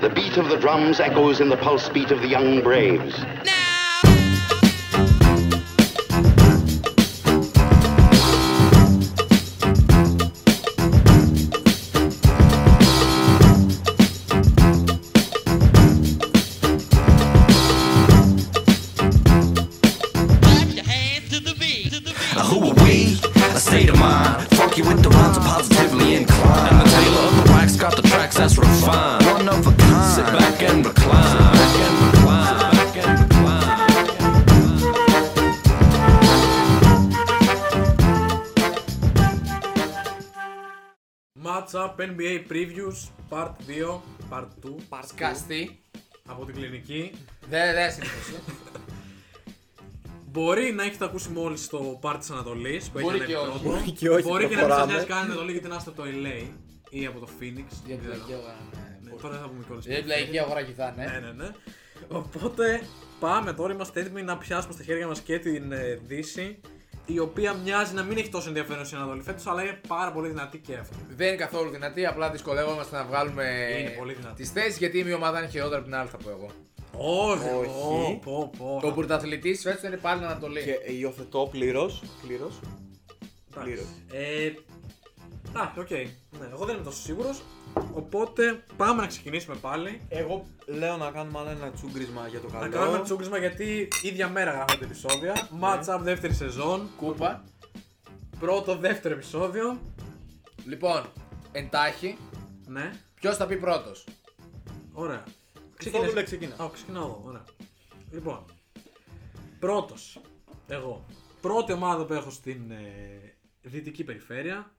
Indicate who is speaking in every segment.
Speaker 1: The beat of the drums echoes in the pulse beat of the young braves.
Speaker 2: Who are we? A state of mind. Funky with the rhymes, I'm positively inclined. And the tailor of the wax got the tracks that's refined. One of a kind. Sit back and recline. Sit back and recline. Sit back and recline.
Speaker 3: Match Up NBA Previews Part 2, Part 2
Speaker 4: Παρσκαστή.
Speaker 3: από την κλινική.
Speaker 4: Δεν δε συνήθως.
Speaker 3: Μπορεί να έχετε ακούσει μόλις το Part της Ανατολής που
Speaker 4: Μπορεί
Speaker 3: έγινε
Speaker 4: και όχι.
Speaker 3: πρώτο.
Speaker 5: Μπορεί και όχι,
Speaker 3: Μπορεί και να μην
Speaker 5: προχωράμε.
Speaker 3: σα νοιάζει καν η Ανατολή γιατί να είστε από το LA ή από το Phoenix.
Speaker 4: Γιατί
Speaker 3: δεν
Speaker 4: λαϊκή
Speaker 3: ξέρω.
Speaker 4: αγορά.
Speaker 3: Ναι,
Speaker 4: ναι.
Speaker 3: Τώρα δεν θα πούμε κιόλα.
Speaker 4: Γιατί λαϊκή αγορά
Speaker 3: Ναι,
Speaker 4: κοιτάνε.
Speaker 3: ναι, ναι. Οπότε πάμε τώρα, είμαστε έτοιμοι να πιάσουμε στα χέρια μας και την ε, Δύση. Η οποία μοιάζει να μην έχει τόσο ενδιαφέρον στην Ανατολή φέτος, αλλά είναι πάρα πολύ δυνατή και αυτή.
Speaker 4: Δεν είναι καθόλου δυνατή, απλά δυσκολεύομαστε να βγάλουμε
Speaker 3: Είναι πολύ δυνατή.
Speaker 4: τις θέσεις γιατί η μία ομάδα είναι χειρότερη από την άλλη, θα πω εγώ.
Speaker 3: Όχι,
Speaker 5: Όχι.
Speaker 3: πω, πω, πω.
Speaker 4: Το πρωταθλητής φέτος είναι πάλι Ανατολή.
Speaker 5: Και υιοθετώ πλήρως. Πλήρως.
Speaker 3: Εντάξει.
Speaker 5: Πλήρως.
Speaker 3: Ε, εντάξει, οκ. Ναι, εγώ δεν είμαι τόσο σίγουρος. Οπότε πάμε να ξεκινήσουμε πάλι.
Speaker 5: Εγώ λέω να κάνουμε άλλο ένα τσούγκρισμα για το καλό. Ναι.
Speaker 3: Να κάνουμε τσούγκρισμα γιατί ίδια μέρα γράφονται επεισόδια. Match up δεύτερη σεζόν.
Speaker 4: Κούπα.
Speaker 3: Πρώτο, δεύτερο επεισόδιο.
Speaker 4: Λοιπόν, εντάχει,
Speaker 3: Ναι,
Speaker 4: ποιος θα πει πρώτος.
Speaker 3: ωραία.
Speaker 5: Θόδουλε, ξεκίνα.
Speaker 3: Α, ξεκινάω εγώ, ωραία. Λοιπόν, πρώτος. Εγώ. Πρώτη ομάδα που έχω στην ε, δυτική περιφέρεια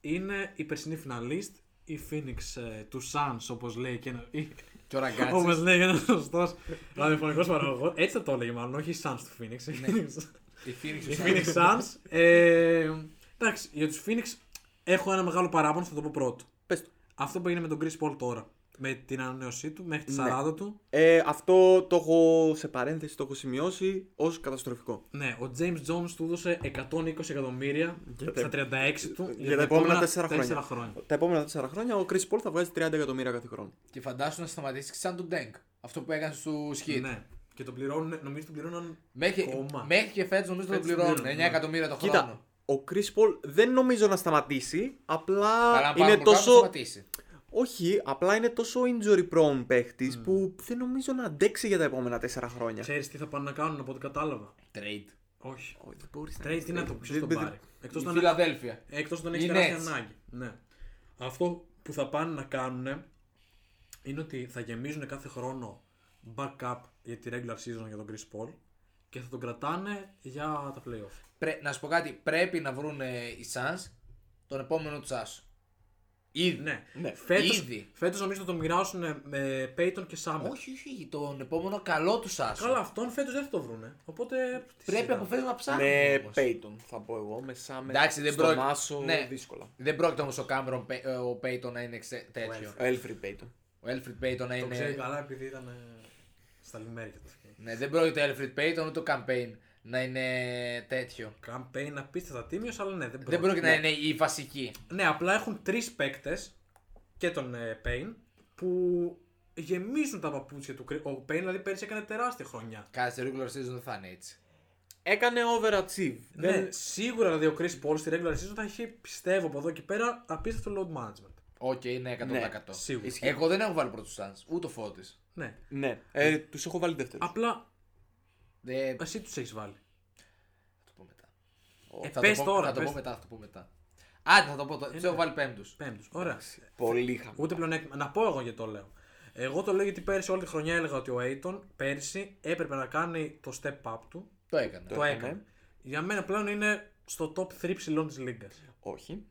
Speaker 3: είναι η περσινή finalist, η Phoenix ε, του Suns, όπως λέει και ένα, ή-
Speaker 4: Και ο
Speaker 3: Όπω
Speaker 4: Ραγκάτσι.
Speaker 3: λέει ένας σωστός ραδιοφωνικός παραγωγός. Έτσι θα το έλεγε μάλλον, όχι οι Suns του Phoenix.
Speaker 4: Η Phoenix
Speaker 3: Οι
Speaker 4: Suns.
Speaker 3: Phoenix Suns. Ε, Εντάξει, για τους Phoenix έχω ένα μεγάλο παράπονο, θα το πω πρώτο.
Speaker 5: Πες το.
Speaker 3: Αυτό που έγινε με τον Chris Paul τώρα. Με την ανανέωσή του μέχρι τη
Speaker 5: Ναι.
Speaker 3: 40 του.
Speaker 5: Ε, αυτό το έχω σε παρένθεση, το έχω σημειώσει ως καταστροφικό.
Speaker 3: Ναι, ο James Jones του έδωσε 120 εκατομμύρια
Speaker 5: Για τα-
Speaker 3: στα 36 του
Speaker 5: Ε, Για, τα επόμενα 4 χρόνια.
Speaker 3: τέσσερα χρόνια.
Speaker 5: Τα επόμενα 4 χρόνια ο Chris Paul θα βγάζει 30 εκατομμύρια κάθε χρόνο.
Speaker 4: Και φαντάσου να σταματήσει σαν τον Ντέγκ. Αυτό που έκανε στου Χιτ.
Speaker 3: Ναι. Και τον πληρώνουν, νομίζω τον πληρώναν.
Speaker 4: Μέχρι,
Speaker 3: Κόμμα.
Speaker 4: μέχρι και φέτος νομίζω το
Speaker 3: Φέτος
Speaker 4: πληρώνουν. 9
Speaker 3: πληρώνουν, ναι.
Speaker 4: εκατομμύρια το
Speaker 5: Κοίτα,
Speaker 4: χρόνο.
Speaker 5: ο Chris Paul δεν νομίζω να σταματήσει. Απλά
Speaker 4: Αλλά
Speaker 5: είναι
Speaker 4: πάρα πολύ θα
Speaker 5: τόσο.
Speaker 4: σταματήσει.
Speaker 5: Όχι, απλά είναι τόσο injury prone παίχτης που δεν νομίζω να αντέξει για τα επόμενα 4 χρόνια.
Speaker 3: Ξέρεις τι θα πάνε να κάνουν από ό,τι κατάλαβα.
Speaker 4: Trade.
Speaker 3: Όχι.
Speaker 5: Ω, δεν μπορείς να-
Speaker 3: Τρέι, τι να το πεις,
Speaker 5: Δεν-
Speaker 3: τον
Speaker 5: δεν-
Speaker 3: πάρει. Εκτός
Speaker 4: Η
Speaker 3: να
Speaker 4: Φιλαδέλφια.
Speaker 3: Εκτό τον
Speaker 4: Οι
Speaker 3: έχει τεράστια
Speaker 4: Nets.
Speaker 3: ανάγκη. Ναι. Αυτό που θα πάνε να κάνουν είναι ότι θα γεμίζουν κάθε χρόνο backup για τη regular season για τον Chris Paul και θα τον κρατάνε για τα playoff.
Speaker 4: Πρέ- να σου πω κάτι, πρέπει να βρουν ε, οι Suns τον επόμενο τους Suns. Ήδη.
Speaker 3: Ναι.
Speaker 5: Ναι.
Speaker 3: Φέτος,
Speaker 4: Ήδη.
Speaker 3: φέτος νομίζω θα το μοιράσουν με Payton και Summer.
Speaker 4: Όχι, όχι, τον επόμενο καλό του Suns.
Speaker 3: Καλά, αυτόν φέτος δεν θα το βρούνε. Οπότε. τι
Speaker 4: Πρέπει
Speaker 3: συζητάμε.
Speaker 4: από φέτο να ψάχνουν.
Speaker 3: Ναι,
Speaker 5: Με
Speaker 4: όμως.
Speaker 5: Payton θα πω εγώ, με Σάμερ.
Speaker 4: Εντάξει, δεν
Speaker 5: στο
Speaker 4: πρόκειται.
Speaker 5: Μάσο,
Speaker 4: Ναι.
Speaker 5: δύσκολα.
Speaker 4: Δεν πρόκειται όμως ο Κάμερον Πέ- ε, ο Payton να είναι ξε- τέτοιο.
Speaker 5: Ο Έλφρυντ Payton.
Speaker 4: Ο Έλφριτ Payton να
Speaker 3: Το ξέρει
Speaker 4: είναι.
Speaker 3: καλά επειδή ήταν ε, στα λιμέρια του.
Speaker 4: Ναι, δεν πρόκειται ο Έλφριτ Payton ούτε ο Campaign να είναι τέτοιο.
Speaker 3: Campaign απίστευτα τίμιος, αλλά ναι, δεν
Speaker 4: Δεν
Speaker 3: πρόκειται.
Speaker 4: πρόκειται να είναι η βασική.
Speaker 3: Ναι, απλά έχουν τρεις παίκτες και τον ε, Payne που γεμίζουν τα παπούτσια του. Κρι- Ο Payne δηλαδή πέρυσι έκανε τεράστια χρονιά.
Speaker 4: Κάτσε regular season δεν θα είναι έτσι.
Speaker 5: Έκανε overachieve.
Speaker 3: Ναι, σίγουρα δηλαδή ο Chris Paul στη regular season θα έχει πιστεύω από εδώ και πέρα απίστευτο load management.
Speaker 4: Οκ, ναι, είναι 100%.
Speaker 3: Ναι, σίγουρα.
Speaker 5: Ισχύει.
Speaker 4: Εγώ δεν έχω βάλει πρώτο Suns, ούτε ο Φώτης.
Speaker 3: Ναι.
Speaker 5: Ναι. Ε, Τους έχω βάλει δεύτερους.
Speaker 3: Απλά
Speaker 4: Ε, θα
Speaker 3: εσύ τους έχεις βάλει.
Speaker 4: το πω μετά.
Speaker 3: Ε,
Speaker 4: θα
Speaker 3: πες
Speaker 4: το πω,
Speaker 3: τώρα.
Speaker 4: θα το
Speaker 3: πες.
Speaker 4: πω μετά, θα το πω μετά. Άντε, θα το πω τώρα. Του έχω βάλει πέμπτους.
Speaker 3: Πέμπτος. Ωραία.
Speaker 5: Πολύ χαμηλά.
Speaker 3: Ούτε πλεονέκτημα. Να πω εγώ γιατί το λέω. Εγώ το λέω γιατί πέρυσι όλη τη χρονιά έλεγα ότι ο Aiton πέρυσι έπρεπε να κάνει το step up του.
Speaker 4: Το έκανα.
Speaker 3: Το
Speaker 5: Το έκανε.
Speaker 3: έκανε. Για μένα πλέον είναι στο top 3 ψηλών της λίγα.
Speaker 5: Όχι.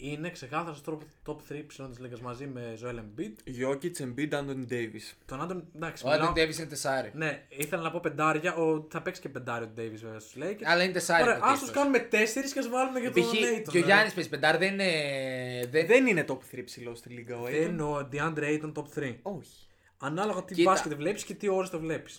Speaker 3: είναι ξεκάθαρα στο top 3 ψηλών της Λίγκας μαζί με Joel Embiid.
Speaker 5: Jokic, Embiid, Anthony Davis.
Speaker 3: Τον Άντων. Εντάξει,
Speaker 4: Ο Άντων Ντέβι είναι τεσάρι.
Speaker 3: Ναι, ήθελα να πω πεντάρια. Ο... Θα παίξει και πεντάρι ο Davis βέβαια στους Lakers.
Speaker 4: Αλλά είναι τεσάρι.
Speaker 3: Ωραία,
Speaker 4: υποτίθεται.
Speaker 3: ας τους κάνουμε 4 και ας βάλουμε για τον
Speaker 4: Π.χ.
Speaker 3: Aiton.
Speaker 4: και ο
Speaker 3: ε.
Speaker 4: Γιάννης παίζει πεντάρι, δεν είναι. Δεν...
Speaker 5: Ε, Δεν είναι top 3 ψηλός στη λίγα ο
Speaker 3: Δεν
Speaker 5: Aiton.
Speaker 3: ε. εννοώ ο DeAndre Ayton top 3.
Speaker 5: Όχι.
Speaker 3: Ανάλογα τι
Speaker 4: Κοίτα.
Speaker 3: μπάσκετ βλέπεις και τι ώρες το βλέπεις.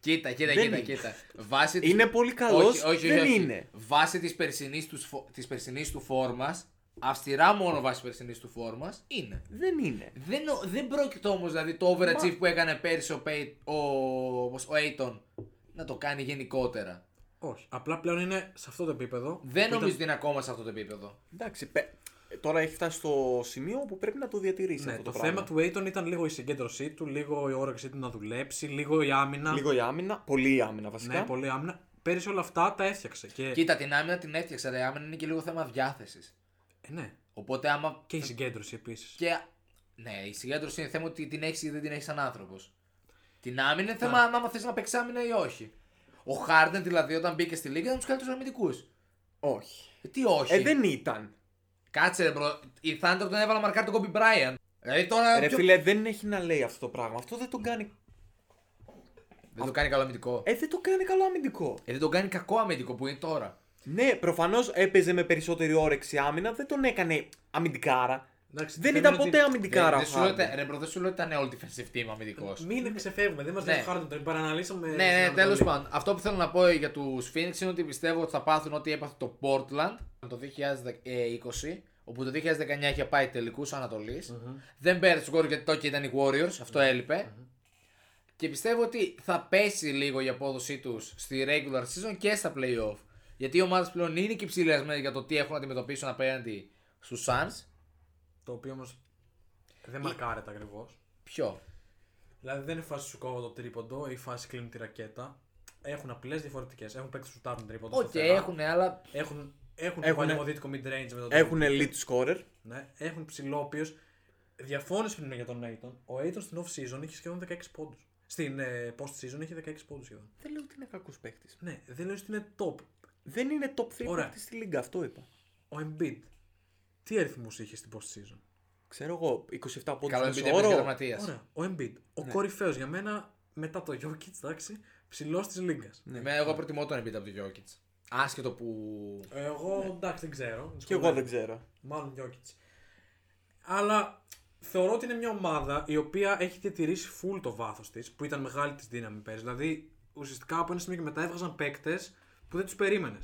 Speaker 4: Κοίτα, κοίτα,
Speaker 5: Δεν
Speaker 4: κοίτα.
Speaker 5: είναι.
Speaker 4: κοίτα. Βάσει της-
Speaker 5: Είναι πολύ καλός,
Speaker 4: όχι, όχι,
Speaker 5: δεν
Speaker 4: όχι.
Speaker 5: είναι.
Speaker 4: Βάσει της περσινής τους φο... της περσινής του φόρμας αυστηρά μόνο βάσει περσινής του φόρμας είναι.
Speaker 5: Δεν είναι.
Speaker 4: Δεν, ο- δεν πρόκειται όμως δηλαδή το overachieve που έκανε πέρυσι ο, Pay, ο, ο Aiton να το κάνει γενικότερα.
Speaker 3: Όχι. Απλά πλέον είναι σε αυτό το επίπεδο.
Speaker 4: Δεν
Speaker 3: που
Speaker 4: νομίζω ότι είναι ακόμα σε αυτό το επίπεδο.
Speaker 5: Εντάξει, πε- ε, τώρα έχει φτάσει στο σημείο που πρέπει να το διατηρήσει
Speaker 3: Ναι,
Speaker 5: αυτό
Speaker 3: το,
Speaker 5: το,
Speaker 3: θέμα
Speaker 5: πράγμα.
Speaker 3: του Aiton ήταν λίγο η συγκέντρωσή του, λίγο η όρεξή του να δουλέψει, λίγο η άμυνα.
Speaker 5: Λίγο η άμυνα, πολύ η άμυνα βασικά.
Speaker 3: ναι, πολύ άμυνα. Πέρυσι όλα αυτά τα έφτιαξε. Και...
Speaker 4: Κοίτα, την άμυνα την έφτιαξε, αλλά η άμυνα είναι και λίγο θέμα διάθεσης.
Speaker 3: Ε, ναι.
Speaker 4: Οπότε άμα.
Speaker 3: Και η συγκέντρωση επίσης.
Speaker 4: Και... Ναι, η συγκέντρωση είναι θέμα ότι την έχεις ή δεν την έχεις σαν άνθρωπος. Την άμυνα είναι θέμα άμα θες να παίξεις άμυνα ή όχι. Ο Χάρντεν δηλαδή όταν μπήκε στη Λίγκα ήταν τους καλύτερους αμυντικούς.
Speaker 5: Όχι.
Speaker 4: Τι όχι.
Speaker 5: Ε, δεν ήταν.
Speaker 4: Κάτσε, ρε, μπρο. Η Thunder τον έβαλα μαρκάρ τον Κόμπι Μπράιαν. Δηλαδή τώρα.
Speaker 5: Ρε
Speaker 4: ποιο-
Speaker 5: φίλε, δεν έχει να λέει αυτό το πράγμα. Αυτό δεν τον κάνει.
Speaker 4: Δεν το κάνει καλό αμυντικό.
Speaker 5: Ε, δεν το κάνει καλό αμυντικό.
Speaker 4: Ε, δεν τον κάνει κακό αμυντικό που είναι τώρα.
Speaker 5: Ναι, προφανώς έπαιζε με περισσότερη όρεξη άμυνα, δεν τον έκανε αμυντικάρα.
Speaker 3: Εντάξει,
Speaker 5: δεν
Speaker 3: θέμα
Speaker 5: ήταν
Speaker 3: είναι ότι-
Speaker 5: ποτέ αμυντικάρα
Speaker 4: Ναι, δεν
Speaker 5: ο
Speaker 4: σου λέω,
Speaker 5: Harden.
Speaker 4: ότι- ρε, μπρο, δεν σου λέω ότι ήταν all defensive team αμυντικός.
Speaker 3: Μην ξεφεύγουμε, δεν μας
Speaker 4: Ναι.
Speaker 3: λέει χάρτη, τον παραναλύσαμε.
Speaker 4: Ναι,
Speaker 3: στην
Speaker 4: ναι,
Speaker 3: Ανατολή.
Speaker 4: τέλο πάντων. Αυτό που θέλω να πω για τους Phoenix είναι ότι πιστεύω ότι θα πάθουν ό,τι έπαθε το Portland το 2020, όπου το 2019 είχε πάει τελικούς Δεν πέρασε του Warriors γιατί το και ήταν οι Warriors, αυτό έλειπε. Και πιστεύω ότι θα πέσει λίγο η απόδοσή τους στη regular season και στα playoff. Γιατί οι ομάδες πλέον είναι και ψηλιασμένε για το τι έχουν να αντιμετωπίσουν απέναντι στους Suns.
Speaker 3: Το οποίο όμως δεν μαρκάρεται ακριβώς.
Speaker 4: Ποιο.
Speaker 3: Δηλαδή δεν είναι φάση σου κόβω το τρίποντο ή φάση κλείνουν τη ρακέτα. Έχουν απλές διαφορετικές. Έχουν παίξει σου τάπουν τρίποντο.
Speaker 4: Οκ,
Speaker 3: στο θέρμα.
Speaker 4: έχουν, αλλά
Speaker 3: Έχουν, έχουν,
Speaker 5: Έχουνε-
Speaker 3: παλαιομοδίτικο mid-range με το
Speaker 5: Έχουν elite scorer.
Speaker 3: Ναι, έχουν ψηλό ο οποίος διαφώνησε πριν για τον Aiton. Ο Aiton στην off season είχε σχεδόν 16 πόντους. Στην ε, post season είχε 16 πόντους σχεδόν.
Speaker 5: Δεν λέω ότι είναι κακός παίχτη.
Speaker 3: Ναι, δεν λέω ότι είναι top.
Speaker 5: Δεν είναι top 3
Speaker 3: Ωραία.
Speaker 5: παίχτη στη λίγκα, αυτό είπα.
Speaker 3: Ο Embiid. Τι αριθμούς είχες στην post season.
Speaker 5: Ξέρω εγώ, 27 πόντους
Speaker 4: καλό
Speaker 5: μέσο
Speaker 4: επειδή έπαιζε
Speaker 5: όρο.
Speaker 4: τραυματία.
Speaker 3: Ωραία. Ο Embiid. Ο ναι. κορυφαίος για μένα μετά το Jokic, εντάξει, ψηλός της λίγκας.
Speaker 5: Ναι.
Speaker 4: Εμένα εγώ προτιμώ τον Embiid από τον Jokic. Άσχετο που.
Speaker 3: Εγώ εντάξει δεν ξέρω.
Speaker 5: Και Ναι. εγώ δεν ξέρω.
Speaker 3: Μάλλον Jokic. Αλλά θεωρώ ότι είναι μια ομάδα η οποία έχει διατηρήσει full το βάθος της, που ήταν μεγάλη της δύναμη πέρυσι. Δηλαδή, ουσιαστικά από ένα σημείο και μετά έβγαζαν παίκτες που δεν τους περίμενες.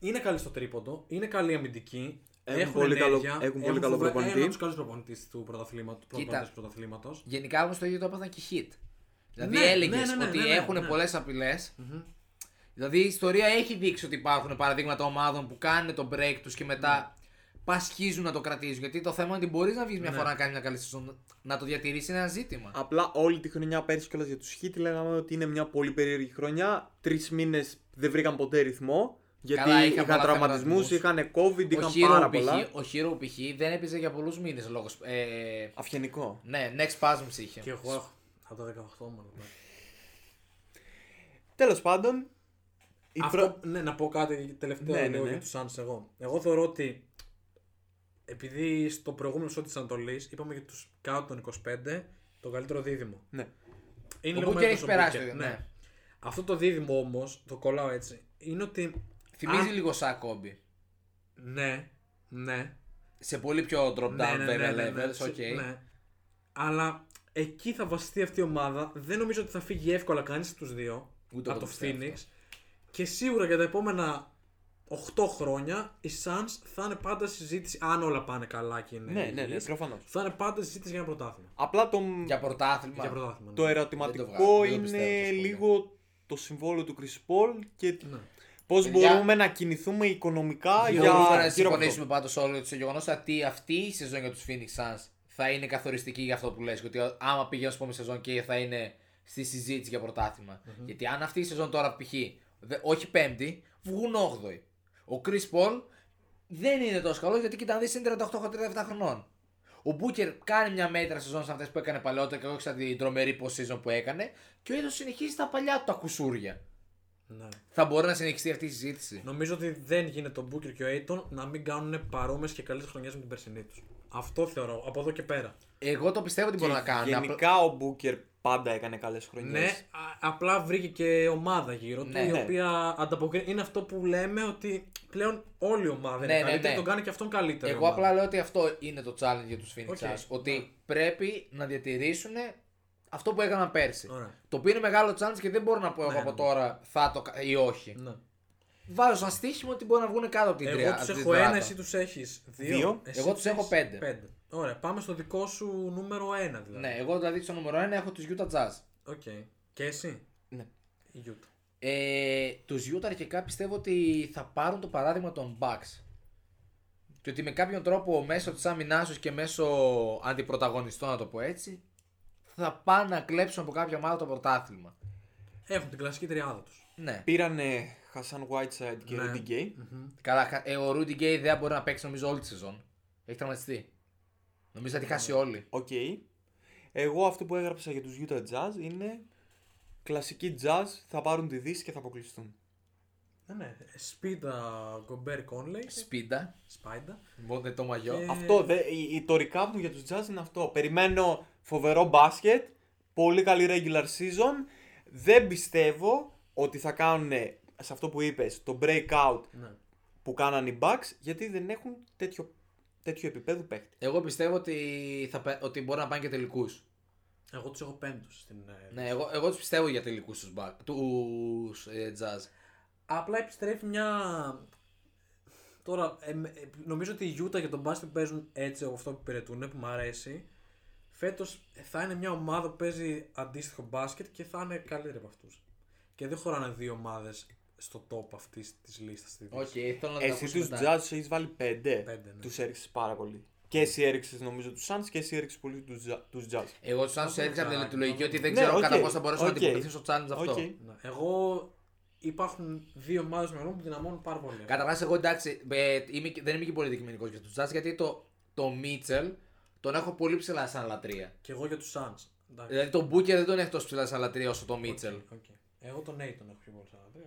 Speaker 3: Είναι καλή στο τρίποντο, είναι καλή αμυντική.
Speaker 5: Έχουν πολύ καλό- έχουν πολύ καλό
Speaker 3: φοβερά-
Speaker 5: προπονητή.
Speaker 3: Ένα από τους καλού προπονητέ του πρωταθλήματο. πρωταθλήματος.
Speaker 4: Γενικά όμως το ίδιο το έπαθαν και οι Hit. Δηλαδή
Speaker 3: Ναι,
Speaker 4: έλεγες
Speaker 3: ναι, ναι, ναι,
Speaker 4: ότι
Speaker 3: ναι, ναι,
Speaker 4: έχουν
Speaker 3: ναι.
Speaker 4: πολλές Δηλαδή η ιστορία έχει δείξει ότι υπάρχουν παραδείγματα ομάδων που κάνουν το break τους και μετά
Speaker 3: Ναι.
Speaker 4: πασχίζουν να το κρατήσουν. Γιατί το θέμα είναι ότι μπορείς να βγεις μια φορά να κάνεις μια καλή σεζόν. Να το διατηρήσεις είναι ένα ζήτημα.
Speaker 5: Απλά όλη τη χρονιά πέρσι κιόλας για τους Χιτ λέγαμε ότι είναι μια πολύ περίεργη χρονιά. Τρεις μήνες δεν βρήκαν ποτέ ρυθμό. Γιατί
Speaker 4: Καλά, είχαν
Speaker 5: είχαν,
Speaker 4: πολλά
Speaker 5: τραυματισμούς, είχαν COVID, είχαν πάρα πολλά.
Speaker 4: π.χ. ο Hero π.χ. δεν έπαιζε για πολλούς μήνες λόγω. σ- Ε,
Speaker 5: Αυγενικό.
Speaker 4: ναι, next spasms είχε.
Speaker 3: Και εγώ έχω. Από τα 18 μόνο.
Speaker 5: Τέλος πάντων. η
Speaker 3: Αυτό,
Speaker 5: προ-
Speaker 3: ναι, να πω κάτι τελευταίο
Speaker 5: Ναι, ναι,
Speaker 3: λίγο
Speaker 5: ναι.
Speaker 3: για τους Suns εγώ. Εγώ θεωρώ ότι επειδή στο προηγούμενο show της Ανατολής είπαμε για τους κάτω των 25 το καλύτερο δίδυμο.
Speaker 5: Ναι.
Speaker 3: Είναι
Speaker 4: Ο
Speaker 3: λίγο
Speaker 4: Booker
Speaker 3: μέτρος
Speaker 4: έχει
Speaker 3: ο
Speaker 4: περάσει,
Speaker 3: Booker,
Speaker 4: ναι.
Speaker 3: Αυτό το δίδυμο όμως, το κολλάω έτσι, είναι ότι.
Speaker 4: Θυμίζει
Speaker 3: αν-
Speaker 4: λίγο σαν κόμπι.
Speaker 3: Ναι, ναι.
Speaker 4: Σε πολύ πιο drop down
Speaker 3: ναι, ναι, ναι,
Speaker 4: βέβαια
Speaker 3: ναι, ναι,
Speaker 4: levels, οκ.
Speaker 3: ναι. Αλλά εκεί θα βασιστεί αυτή η ομάδα. Δεν νομίζω ότι θα φύγει εύκολα κανείς από τους δύο. από
Speaker 4: Ούτε
Speaker 3: το
Speaker 4: εγώ το πιστεύω
Speaker 3: Phoenix. Και σίγουρα για τα επόμενα 8 χρόνια οι Suns θα είναι πάντα συζήτηση. Αν όλα πάνε καλά και είναι.
Speaker 5: Ναι, ναι, ναι,
Speaker 3: υγιείς,
Speaker 5: προφανώς.
Speaker 3: Θα είναι πάντα συζήτηση για ένα πρωτάθλημα.
Speaker 5: Απλά το,
Speaker 4: Για πρωτάθλημα.
Speaker 3: Για πρωτάθλημα. ναι.
Speaker 5: το ε-
Speaker 4: Δεν
Speaker 5: ερωτηματικό
Speaker 4: το βγάζω, δεν το
Speaker 5: είναι
Speaker 4: πιστεύω, ας πούμε.
Speaker 5: λίγο το συμβόλαιο του Chris Paul και
Speaker 3: Ναι.
Speaker 5: πώς
Speaker 4: Παιδιά,
Speaker 5: μπορούμε να κινηθούμε οικονομικά
Speaker 4: Δύο
Speaker 5: για
Speaker 4: φορές να
Speaker 5: γύρω από αυτό.
Speaker 4: συμφωνήσουμε πάντως όλοι στο γεγονός ότι αυτή η σεζόν για τους Phoenix Suns θα είναι καθοριστική για αυτό που λες. Ότι άμα πηγαίνουν στην επόμενη σεζόν και θα είναι στη συζήτηση για πρωταθλημα Γιατί αν αυτή η σεζόν τώρα π.χ. δε- όχι πέμπτη, βγουν 8η. Ο Chris Paul δεν είναι τόσο καλός γιατί κοιτά, αν δεις είναι 38-37 χρονών. Ο Μπούκερ κάνει μια μέτρα σεζόν σαν αυτές που έκανε παλαιότερα και όχι σαν την τρομερή post-season που έκανε. Και ο ίδιος συνεχίζει τα παλιά του τα κουσούρια.
Speaker 3: Ναι.
Speaker 4: Θα μπορεί να συνεχιστεί αυτή η συζήτηση.
Speaker 3: Νομίζω ότι δεν γίνεται ο Booker και ο Aiton να μην κάνουν παρόμοιες και καλέ χρονιές με την περσινή τους. Αυτό θεωρώ από εδώ και πέρα.
Speaker 4: Εγώ το πιστεύω ότι μπορούν να κάνουν. απλά-
Speaker 5: Γενικά ο Booker πάντα έκανε καλές χρονιές.
Speaker 3: Ναι, α- απλά βρήκε και ομάδα γύρω του
Speaker 4: Ναι.
Speaker 3: η
Speaker 5: Ναι.
Speaker 3: οποία ανταποκρίνει. Είναι αυτό που λέμε ότι πλέον όλη η ομάδα
Speaker 4: Ναι,
Speaker 3: είναι
Speaker 4: ναι,
Speaker 3: καλύτερη
Speaker 4: ναι.
Speaker 3: και τον κάνει και αυτόν καλύτερο.
Speaker 4: Εγώ απλά λέω ότι αυτό είναι το challenge για τους Phoenix
Speaker 3: Οκ.
Speaker 4: Suns. Ότι
Speaker 3: Ναι.
Speaker 4: πρέπει να διατηρήσουν αυτό που έκαναν πέρσι.
Speaker 3: Ωραία.
Speaker 4: Το οποίο είναι μεγάλο challenge και δεν μπορώ να πω εγώ από τώρα θα το κα- ή όχι.
Speaker 3: Ναι.
Speaker 4: βάζω σαν στοίχημα ότι μπορεί να βγουν κάτω από την τρία.
Speaker 3: Εγώ
Speaker 4: από
Speaker 3: τους
Speaker 4: την
Speaker 3: έχω
Speaker 4: τετράδα.
Speaker 3: ένα, εσύ τους έχεις δύο.
Speaker 5: Δύο.
Speaker 3: Εσύ
Speaker 4: Εγώ τους έχω
Speaker 3: έχεις
Speaker 4: πέντε.
Speaker 3: πέντε. Ωραία, πάμε στο δικό σου νούμερο ένα δηλαδή.
Speaker 4: Ναι, εγώ δηλαδή στο νούμερο 1 έχω τους Utah Jazz.
Speaker 3: Οκ. Και εσύ.
Speaker 5: Ναι.
Speaker 3: Η Utah.
Speaker 4: Ε, τους Utah αρχικά πιστεύω ότι θα πάρουν το παράδειγμα των Bucks. Και ότι με κάποιον τρόπο μέσω της άμυνάς τους και μέσω αντιπροταγωνιστών, να το πω έτσι, θα πάνε να κλέψουν από κάποια ομάδα το πρωτάθλημα.
Speaker 3: Έχουν την κλασική τριάδα τους.
Speaker 4: Ναι.
Speaker 5: Πήρανε Χασάν Whiteside και
Speaker 3: Ναι.
Speaker 5: Rudy Gay.
Speaker 4: Καλά, χα- ε, ο Rudy Gay δεν μπορεί να παίξει νομίζω όλη τη σεζόν. Έχει τραυματιστεί. Νομίζω θα τη χάσει όλη.
Speaker 5: Οκ. Εγώ αυτό που έγραψα για τους Utah Jazz είναι κλασική jazz, θα πάρουν τη δύση και θα αποκλειστούν.
Speaker 3: Ναι, ναι. Σπίτα Γκομπέρ Κόνλεϊ.
Speaker 4: Σπίντα.
Speaker 3: Σπάιντα.
Speaker 4: Μπότε το μαγιό.
Speaker 3: Ε,
Speaker 5: Αυτό, δε, η, η, το recap μου για τους Jazz είναι αυτό. Περιμένω φοβερό μπάσκετ, πολύ καλή regular season. Δεν πιστεύω ότι θα κάνουν σε αυτό που είπες το breakout
Speaker 3: Ναι.
Speaker 5: που κάνανε οι Bucks γιατί δεν έχουν τέτοιο, τέτοιο επίπεδο παίχτη.
Speaker 4: Εγώ πιστεύω ότι, θα, πε- ότι μπορεί να πάνε και τελικούς.
Speaker 3: Εγώ τους έχω πέμπτους στην. ε,
Speaker 4: Ναι, εγώ, εγώ τους πιστεύω για τελικούς τους τους, ε, jazz.
Speaker 3: Απλά επιστρέφει μια. Τώρα, ε, ε, νομίζω ότι οι Utah για τον μπάσκετ παίζουν έτσι από αυτό που υπηρετούν, που μου αρέσει. Φέτος θα είναι μια ομάδα που παίζει αντίστοιχο μπάσκετ και θα είναι καλύτερη από αυτούς. Και δεν χωράνε δύο ομάδες στο top αυτής της λίστας.
Speaker 4: Οκ, θέλω να τα
Speaker 5: Εσύ
Speaker 4: ακούσω
Speaker 5: τους
Speaker 4: μετά.
Speaker 5: Jazz τους έχεις βάλει πέντε,
Speaker 3: Πέντε, ναι.
Speaker 5: τους έριξες πάρα πολύ. Και εσύ έριξες νομίζω τους Suns και εσύ έριξες πολύ τους, Jazz- τους Jazz.
Speaker 4: Εγώ τους άντρε έριξα από
Speaker 3: ξανά.
Speaker 4: τη λογική ότι δεν
Speaker 5: Ναι,
Speaker 4: ξέρω
Speaker 5: οκ,
Speaker 4: κατά πόσο θα μπορέσω να
Speaker 5: οκ.
Speaker 4: αντιποκριθώ στο challenge αυτό.
Speaker 5: Οκ.
Speaker 3: Εγώ υπάρχουν δύο ομάδες με που δυναμώνουν πάρα πολύ.
Speaker 4: Καταρχά, εγώ εντάξει, ε, είμαι, και- δεν είμαι και πολύ αντικειμενικός για τους jazz γιατί το, το Mitchell τον έχω πολύ ψηλά σαν λατρεία.
Speaker 3: Και εγώ για τους Suns. Εντάξει.
Speaker 4: Δηλαδή τον Booker δεν τον έχω τόσο ψηλά σαν λατρεία όσο το Mitchell.
Speaker 3: Οκ. Εγώ τον Nate τον έχω πιο πολύ σαν άντρα.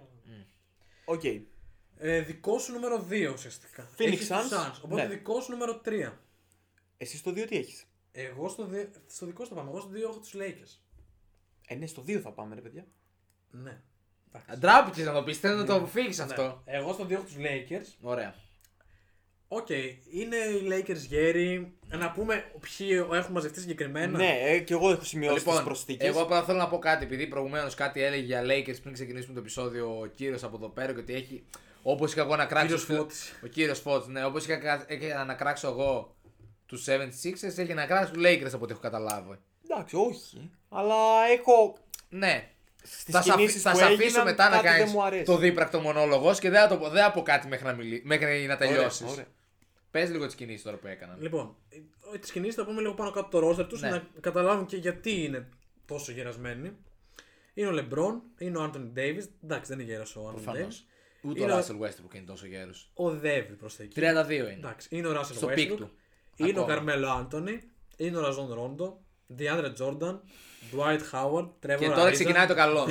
Speaker 5: Οκ.
Speaker 3: Ε, δικό σου νούμερο 2 ουσιαστικά.
Speaker 5: Phoenix
Speaker 3: Έχεις τους
Speaker 5: Suns.
Speaker 3: Οπότε
Speaker 5: Ναι.
Speaker 3: δικό σου νούμερο 3.
Speaker 5: Εσύ στο 2 τι έχεις.
Speaker 3: Εγώ στο, δι... στο δικό σου το πάμε. Εγώ στο 2 έχω τους Lakers.
Speaker 5: Ε, ναι, στο 2 θα πάμε, ρε παιδιά.
Speaker 3: Ναι. Εντάξει.
Speaker 4: Ντράπηκε να το πεις, θέλω να το αποφύγει αυτό.
Speaker 3: Ναι. Εγώ στο 2 έχω τους Lakers.
Speaker 4: Ωραία.
Speaker 3: Οκ, είναι οι Lakers γέροι. Να πούμε ποιοι έχουν μαζευτεί συγκεκριμένα.
Speaker 5: Ναι, ε, και εγώ έχω σημειώσει λοιπόν, τις
Speaker 4: Λοιπόν,
Speaker 5: προσθήκες.
Speaker 4: εγώ απλά θέλω να πω κάτι, επειδή προηγουμένως κάτι έλεγε για Lakers πριν ξεκινήσουμε το επεισόδιο ο κύριος από εδώ πέρα και ότι έχει. Όπως είχα εγώ να κράξω.
Speaker 3: κύριος Φώτης.
Speaker 4: Ο κύριος Φώτ, ναι, όπως είχα, κα- είχα να κράξω εγώ τους 76ers, έχει να κράξει τους Lakers από ό,τι έχω καταλάβει.
Speaker 5: Εντάξει, όχι. Αλλά έχω
Speaker 4: Ναι.
Speaker 5: στις
Speaker 4: θα σε αφή-
Speaker 5: κινήσεις
Speaker 4: θα
Speaker 5: που
Speaker 4: σε
Speaker 5: έγιναν,
Speaker 4: αφήσω μετά να
Speaker 5: κάτι δεν
Speaker 4: κάνει
Speaker 5: μου αρέσει.
Speaker 4: το δίπρακτο μονόλογος και δεν θα, το, πω- δεν θα πω κάτι μέχρι να, μιλ... μέχρι να τελειώσεις.
Speaker 5: ωραία.
Speaker 4: Πες λίγο τις κινήσεις τώρα που έκαναν.
Speaker 3: Λοιπόν, τις κινήσεις θα πούμε λίγο πάνω κάτω το ρόστερ τους
Speaker 4: Ναι.
Speaker 3: να καταλάβουν και γιατί είναι τόσο γερασμένοι. Είναι ο Λεμπρόν, είναι ο Άντωνι Ντέιβις. Εντάξει, δεν είναι γέρα ο Άντωνι
Speaker 4: Προφανώς.
Speaker 3: Ντέιβις.
Speaker 4: Ούτε
Speaker 3: Είναι
Speaker 4: ο
Speaker 3: ο-
Speaker 4: Russell Westbrook είναι τόσο γέρος.
Speaker 3: Ο Δέβι προς τα εκεί.
Speaker 4: 32 είναι.
Speaker 3: Εντάξει, είναι ο Ράσελ
Speaker 4: Στο πικ του.
Speaker 3: Είναι ο
Speaker 4: Ακόμα.
Speaker 3: Καρμέλο Άντωνη. Είναι ο Ραζόν Ρόντο. Διάντρε Τζόρνταν. Ντουάιτ Χάουαρντ. Τρέβορ
Speaker 4: Και τώρα
Speaker 3: ε.
Speaker 4: ξεκινάει το καλό.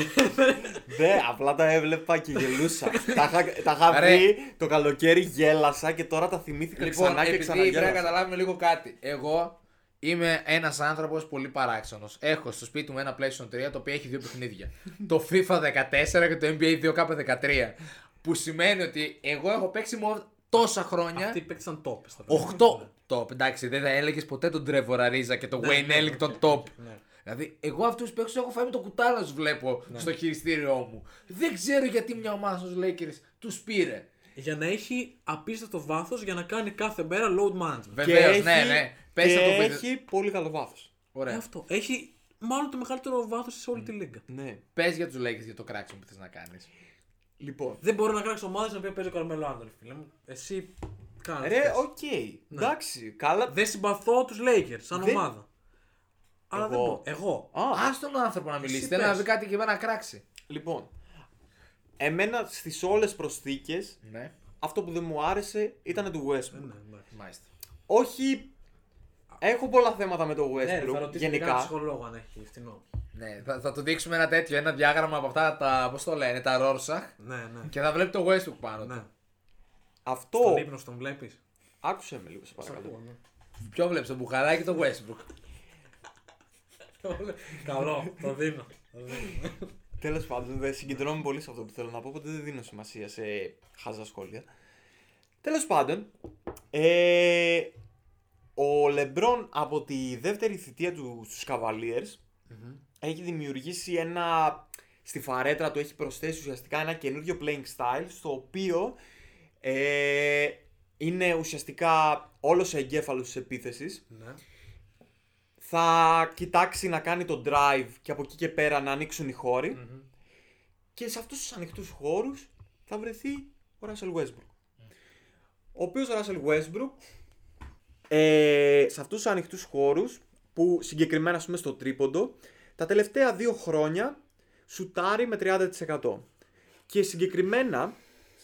Speaker 5: Δε, απλά τα έβλεπα και γελούσα. τα είχα, τα είχα
Speaker 4: Ρε.
Speaker 5: βρει το καλοκαίρι, γέλασα και τώρα τα θυμήθηκα
Speaker 4: Λοιπόν,
Speaker 5: ξανά και
Speaker 4: επειδή πρέπει να
Speaker 5: ξαναγέλασα.
Speaker 4: καταλάβουμε λίγο κάτι. Εγώ είμαι ένας άνθρωπος πολύ παράξενος. Έχω στο σπίτι μου ένα PlayStation 3 το οποίο έχει δύο παιχνίδια. το FIFA 14 και το NBA 2K13. Που σημαίνει ότι εγώ έχω παίξει μόνο τόσα χρόνια.
Speaker 3: Αυτοί παίξαν τόπε.
Speaker 4: 8 top. Εντάξει, δεν θα έλεγες ποτέ τον Trevor Ariza και
Speaker 5: Ναι,
Speaker 4: τον Wayne Ellington top. Δηλαδή, εγώ αυτούς του παίξω έχω φάει με το κουτάλι να τους βλέπω
Speaker 5: Ναι.
Speaker 4: στο χειριστήριό μου. Δεν ξέρω γιατί μια ομάδα στους Lakers τους πήρε.
Speaker 3: Για να έχει απίστευτο βάθος για να κάνει κάθε μέρα load management.
Speaker 5: Και
Speaker 4: Βεβαίω,
Speaker 5: έχει-
Speaker 4: ναι, ναι. Πε
Speaker 5: και
Speaker 4: το παιδί-
Speaker 5: έχει πολύ καλό βάθος.
Speaker 3: Ε,
Speaker 4: Ωραία.
Speaker 3: Αυτό. Έχει μάλλον το μεγαλύτερο βάθος σε όλη τη λίγα.
Speaker 5: Ναι.
Speaker 4: Πες για τους Lakers για το κράξιμο που θες να κάνεις.
Speaker 5: Λοιπόν.
Speaker 3: Δεν μπορώ να κράξω ομάδες στην οποία παίζει ο Καρμέλο Άντωνη, φίλε μου. Εσύ κάνε.
Speaker 5: Ρε,
Speaker 3: αυτές.
Speaker 5: οκ.
Speaker 4: Ναι.
Speaker 5: Εντάξει, καλά.
Speaker 3: Δεν συμπαθώ τους Lakers σαν
Speaker 5: Δεν-
Speaker 3: ομάδα. Αλλά δεν
Speaker 5: Εγώ.
Speaker 3: μπορώ. Εγώ.
Speaker 5: Α,
Speaker 4: Ας τον άνθρωπο να μιλήσει.
Speaker 3: Εσύ
Speaker 4: Θέλω να
Speaker 3: πες.
Speaker 4: δει κάτι και εμένα να κράξει.
Speaker 5: Λοιπόν, εμένα στις όλες προσθήκες,
Speaker 4: Ναι.
Speaker 5: αυτό που δεν μου άρεσε ήταν του Westbrook.
Speaker 3: Ναι, εντάξει.
Speaker 4: Μάλιστα.
Speaker 5: Όχι, έχω πολλά θέματα με το
Speaker 3: Ναι, θα
Speaker 5: Westbrook
Speaker 3: ρωτήσω γενικά.
Speaker 5: γενικά.
Speaker 3: ψυχολόγο αν έχει φθηνό.
Speaker 4: Ναι, θα, θα του δείξουμε ένα τέτοιο, ένα διάγραμμα από αυτά τα. Πώς το λένε, τα Ρόρσαχ.
Speaker 3: Ναι, ναι.
Speaker 4: Και θα βλέπει το Westbrook πάνω. του.
Speaker 3: ναι.
Speaker 5: Αυτό,
Speaker 3: Τον ύπνο σου τον βλέπεις.
Speaker 5: άκουσε με λίγο σε παρακαλώ.
Speaker 4: Ποιο βλέπεις, τον Μπουχαράκη ή τον Westbrook.
Speaker 3: Καλό, το δίνω.
Speaker 5: Τέλος πάντων, δεν συγκεντρώνομαι πολύ σε αυτό που θέλω να πω, οπότε δεν δίνω σημασία σε χάζα σχόλια. Τέλος πάντων, ε, ο Λεμπρόν από τη δεύτερη θητεία του στους Cavaliers έχει δημιουργήσει ένα στη φαρέτρα του έχει προσθέσει ουσιαστικά ένα καινούριο playing style στο οποίο ε, είναι ουσιαστικά όλος ο εγκέφαλος της επίθεσης
Speaker 3: Ναι.
Speaker 5: θα κοιτάξει να κάνει το drive και από εκεί και πέρα να ανοίξουν οι χωροι Και σε αυτούς τους ανοιχτούς χώρους θα βρεθεί ο Russell Westbrook. Ο οποίος ο Russell Westbrook ε, σε αυτούς τους ανοιχτούς χώρους που συγκεκριμένα ας πούμε στο τρίποντο τα τελευταία δύο χρόνια σουτάρει με 30%. Και συγκεκριμένα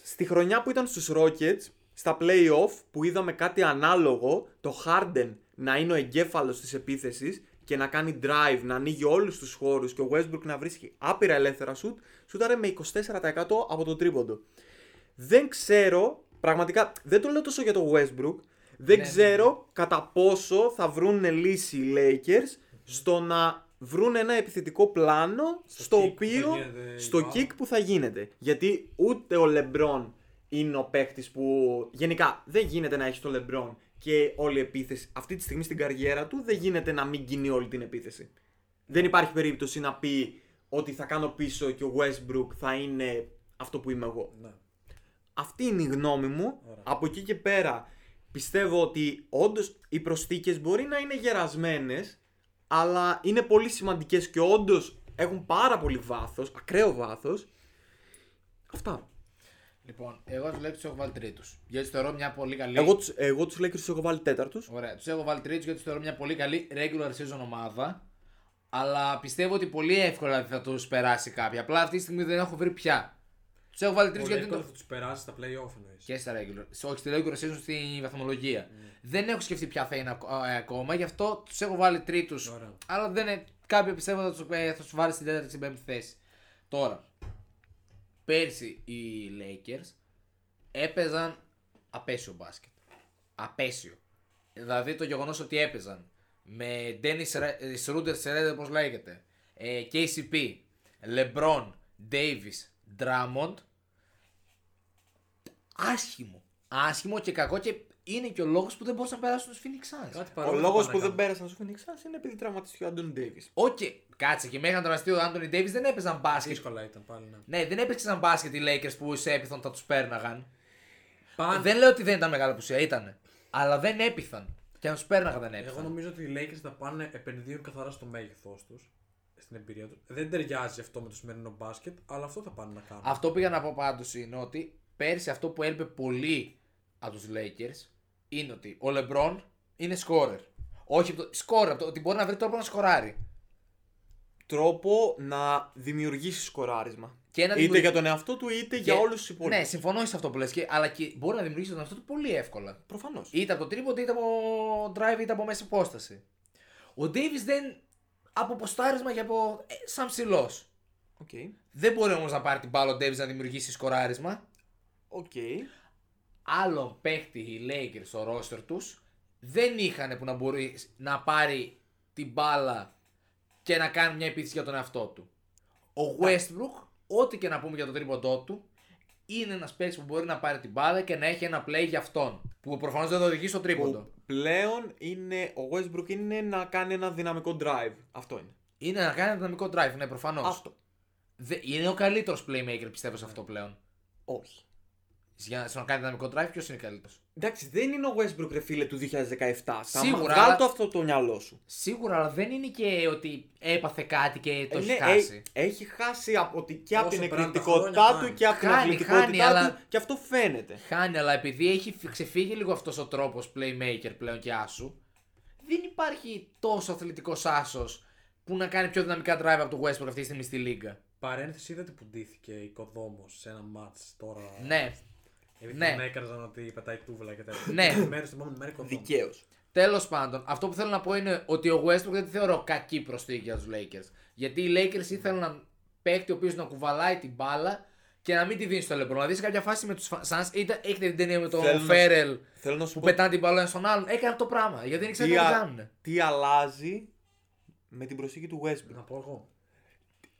Speaker 5: στη χρονιά που ήταν στους Rockets στα play-off που είδαμε κάτι ανάλογο το Harden να είναι ο εγκέφαλος της επίθεσης και να κάνει drive, να ανοίγει όλους τους χώρους και ο Westbrook να βρίσκει άπειρα ελεύθερα σουτ, σουτάρε με 24% από το τρίποντο. Δεν ξέρω, πραγματικά δεν το λέω τόσο για το Westbrook, δεν
Speaker 4: Ναι, ναι,
Speaker 5: ξέρω κατά πόσο θα βρουν λύση οι Lakers στο να βρουν ένα επιθετικό πλάνο στο,
Speaker 3: kick που
Speaker 5: οποίο,
Speaker 3: θα γίνεται η
Speaker 5: στο
Speaker 3: μπάλα.
Speaker 5: kick που θα γίνεται. Γιατί ούτε ο Λεμπρόν είναι ο παίκτης που. Γενικά δεν γίνεται να έχεις το Λεμπρόν και όλη η επίθεση. Αυτή τη στιγμή στην καριέρα του δεν γίνεται να μην κινεί όλη την επίθεση. Δεν υπάρχει περίπτωση να πει ότι θα κάνω πίσω και ο Westbrook θα είναι αυτό που είμαι εγώ.
Speaker 3: ναι.
Speaker 5: Αυτή είναι η γνώμη μου.
Speaker 3: Ωραία.
Speaker 5: Από εκεί και πέρα πιστεύω ότι όντως οι προσθήκες μπορεί να είναι γερασμένες, αλλά είναι πολύ σημαντικές και όντως έχουν πάρα πολύ βάθος, ακραίο βάθος. Αυτά.
Speaker 4: Λοιπόν, εγώ τους Lakers τους έχω βάλει τρίτους. Γιατί τους θεωρώ μια πολύ καλή.
Speaker 5: Εγώ, τους- εγώ τους Lakers τους έχω βάλει τέταρτους.
Speaker 4: Ωραία, τους έχω βάλει τρίτους γιατί τους θεωρώ μια πολύ καλή regular season ομάδα. Αλλά πιστεύω ότι πολύ εύκολα θα τους περάσει κάποια. Απλά αυτή τη στιγμή δεν έχω βρει πια. Τους έχω βάλει τρίτους
Speaker 3: Πολύ
Speaker 4: γιατί.
Speaker 3: εύκολα
Speaker 4: το-
Speaker 3: θα τους περάσει στα playoff εννοείς.
Speaker 4: Και στα regular. σε- Όχι, στη regular season στη βαθμολογία. Δεν έχω σκεφτεί ποια θα είναι ακο- ε, ακόμα, γι' αυτό τους έχω βάλει τρίτους.
Speaker 3: Ωραία.
Speaker 4: Αλλά δεν είναι. Κάποιο πιστεύω θα τους ε, θα τους βάλει στην τέταρτη στην πέμπτη θέση. Τώρα. Πέρσι οι Lakers έπαιζαν απέσιο μπάσκετ. Απέσιο. Δηλαδή το γεγονός ότι έπαιζαν με Dennis ε, Schroeder, Schroeder όπω λέγεται, ε, KCP, LeBron, Davis, Drummond, άσχημο. Άσχημο και κακό και είναι και ο λόγος που δεν μπορούσαν να περάσουν του Phoenix Suns.
Speaker 3: Κάτι
Speaker 5: Ο
Speaker 3: παρόμοιο
Speaker 5: λόγο
Speaker 3: θα
Speaker 5: που
Speaker 3: πάνε να
Speaker 5: δεν
Speaker 3: κάνουν.
Speaker 5: πέρασαν στο Phoenix Suns είναι επειδή τραυματίστηκε ο Άντων Ντέιβι.
Speaker 4: Οκ, κάτσε και μέχρι να τραυστεί ο Άντωνι Ντέβι δεν έπαιζαν μπάσκετ.
Speaker 3: Δύσκολα ήταν πάλι να.
Speaker 4: Ναι, δεν έπαιξαν μπάσκετ οι Lakers που σε έπιθαν θα τους πέρναγαν.
Speaker 3: Πάντα.
Speaker 4: Δεν λέω ότι δεν ήταν μεγάλη απουσία, ήταν. Αλλά δεν έπιθαν. Και αν τους πέρναγαν δεν
Speaker 3: Εγώ
Speaker 4: έπιθαν.
Speaker 3: νομίζω ότι οι Lakers θα πάνε επενδύουν καθαρά στο μέγεθός τους, στην εμπειρία τους. Δεν ταιριάζει αυτό με το σημερινό μπάσκετ, αλλά αυτό θα πάνε να κάνουν.
Speaker 4: Αυτό που πήγα να πω πάντως είναι ότι πέρσι αυτό που έλειπε πολύ από τους Lakers είναι ότι ο LeBron είναι scorer. Όχι, από το- scorer, από το ότι μπορεί να βρει τρόπο να σκοράρει.
Speaker 5: Τρόπο να δημιουργήσει σκοράρισμα.
Speaker 4: Και να
Speaker 5: είτε
Speaker 4: δημιουργήσει-
Speaker 5: για τον εαυτό του είτε για
Speaker 4: Και-
Speaker 5: όλους τους υπόλοιπους.
Speaker 4: Ναι, συμφωνώ σε αυτό που λες, αλλά και μπορεί να δημιουργήσει τον εαυτό του πολύ εύκολα.
Speaker 5: Προφανώς.
Speaker 4: Είτε από το τρίποντο, είτε από drive, είτε από μέσα υπόσταση. Ο Ντέιβι δεν. από ποστάρισμα και από. Ε, σαν ψηλός.
Speaker 5: Okay.
Speaker 4: Δεν μπορεί όμως να πάρει την μπάλα ο Ντέιβι να δημιουργήσει σκοράρισμα.
Speaker 5: Okay.
Speaker 4: Άλλον παίχτη οι Lakers στο ρόστερ τους δεν είχαν που να μπορεί να πάρει την μπάλα και να κάνει μια επίθεση για τον εαυτό του. Ο Westbrook, ό,τι και να πούμε για το τρίποντό του, είναι ένας παίκτης που μπορεί να πάρει την μπάλα και να έχει ένα play για αυτόν. Που προφανώς δεν θα οδηγεί στο τρίποντο.
Speaker 5: που πλέον είναι, ο Westbrook είναι να κάνει ένα δυναμικό drive. Αυτό είναι.
Speaker 4: Είναι να κάνει ένα δυναμικό drive, ναι, προφανώς.
Speaker 5: Αυτό.
Speaker 4: Είναι ο καλύτερος playmaker, πιστεύω, σε αυτό πλέον.
Speaker 5: Όχι.
Speaker 4: Για να- στο να κάνει δυναμικό drive, ποιος είναι καλύτερος.
Speaker 5: Εντάξει, δεν είναι ο Westbrook ρε φίλε του 2017. Σίγουρα.
Speaker 4: Σίγουρα,
Speaker 5: Βγάλ
Speaker 4: αλλά-
Speaker 5: το αυτό από το μυαλό σου.
Speaker 4: Σίγουρα, αλλά δεν είναι και ότι έπαθε κάτι και το
Speaker 5: Ε,
Speaker 4: έχει
Speaker 5: ναι,
Speaker 4: χάσει.
Speaker 5: ε, έχει χάσει από, τη- και από
Speaker 3: Όσο
Speaker 5: την
Speaker 3: περνάνε τα
Speaker 5: εκρηκτικότητά
Speaker 3: χρόνια,
Speaker 5: του
Speaker 3: χάνει.
Speaker 5: και από την
Speaker 4: Χάνει,
Speaker 5: αθλητικότητά
Speaker 4: χάνει,
Speaker 5: του
Speaker 4: αλλά-
Speaker 5: και αυτό φαίνεται.
Speaker 4: Χάνει, αλλά επειδή έχει φυ- ξεφύγει λίγο αυτός ο τρόπος playmaker πλέον και άσου, δεν υπάρχει τόσο αθλητικός άσος που να κάνει πιο δυναμικά drive από το Westbrook αυτή τη στιγμή στη λίγα.
Speaker 3: Παρένθεση, είδατε που ντύθηκε η Κοδόμος σε ένα ματ τώρα.
Speaker 4: Ναι.
Speaker 3: Επειδή
Speaker 4: ναι.
Speaker 3: τον έκραζαν ότι πετάει τούβλα και τα λοιπά.
Speaker 4: Ναι.
Speaker 3: Την μέρα, την επόμενη μέρα Κοδόμο.
Speaker 5: Δικαίως.
Speaker 4: Τέλος πάντων, αυτό που θέλω να πω είναι ότι ο Westbrook δεν τη θεωρώ κακή προσθήκη για τους Lakers. Γιατί οι Lakers ήθελαν έναν παίκτη ο οποίος να κουβαλάει την μπάλα και να μην τη δίνει στο LeBron. Δηλαδή σε κάποια φάση με τους Suns, ήταν, έχετε την ταινία με τον
Speaker 5: Θέλω να-
Speaker 4: Φέρελ
Speaker 5: Θέλω να σου
Speaker 4: που
Speaker 5: πω
Speaker 4: πετάνε την μπάλα ένας στον άλλον. Έκανε αυτό το πράγμα γιατί δεν
Speaker 5: τι,
Speaker 4: ήξερε τι να
Speaker 5: α-
Speaker 4: κάνουν.
Speaker 5: τι αλλάζει με την προσήκη του Westbrook.
Speaker 3: Να πω εγώ.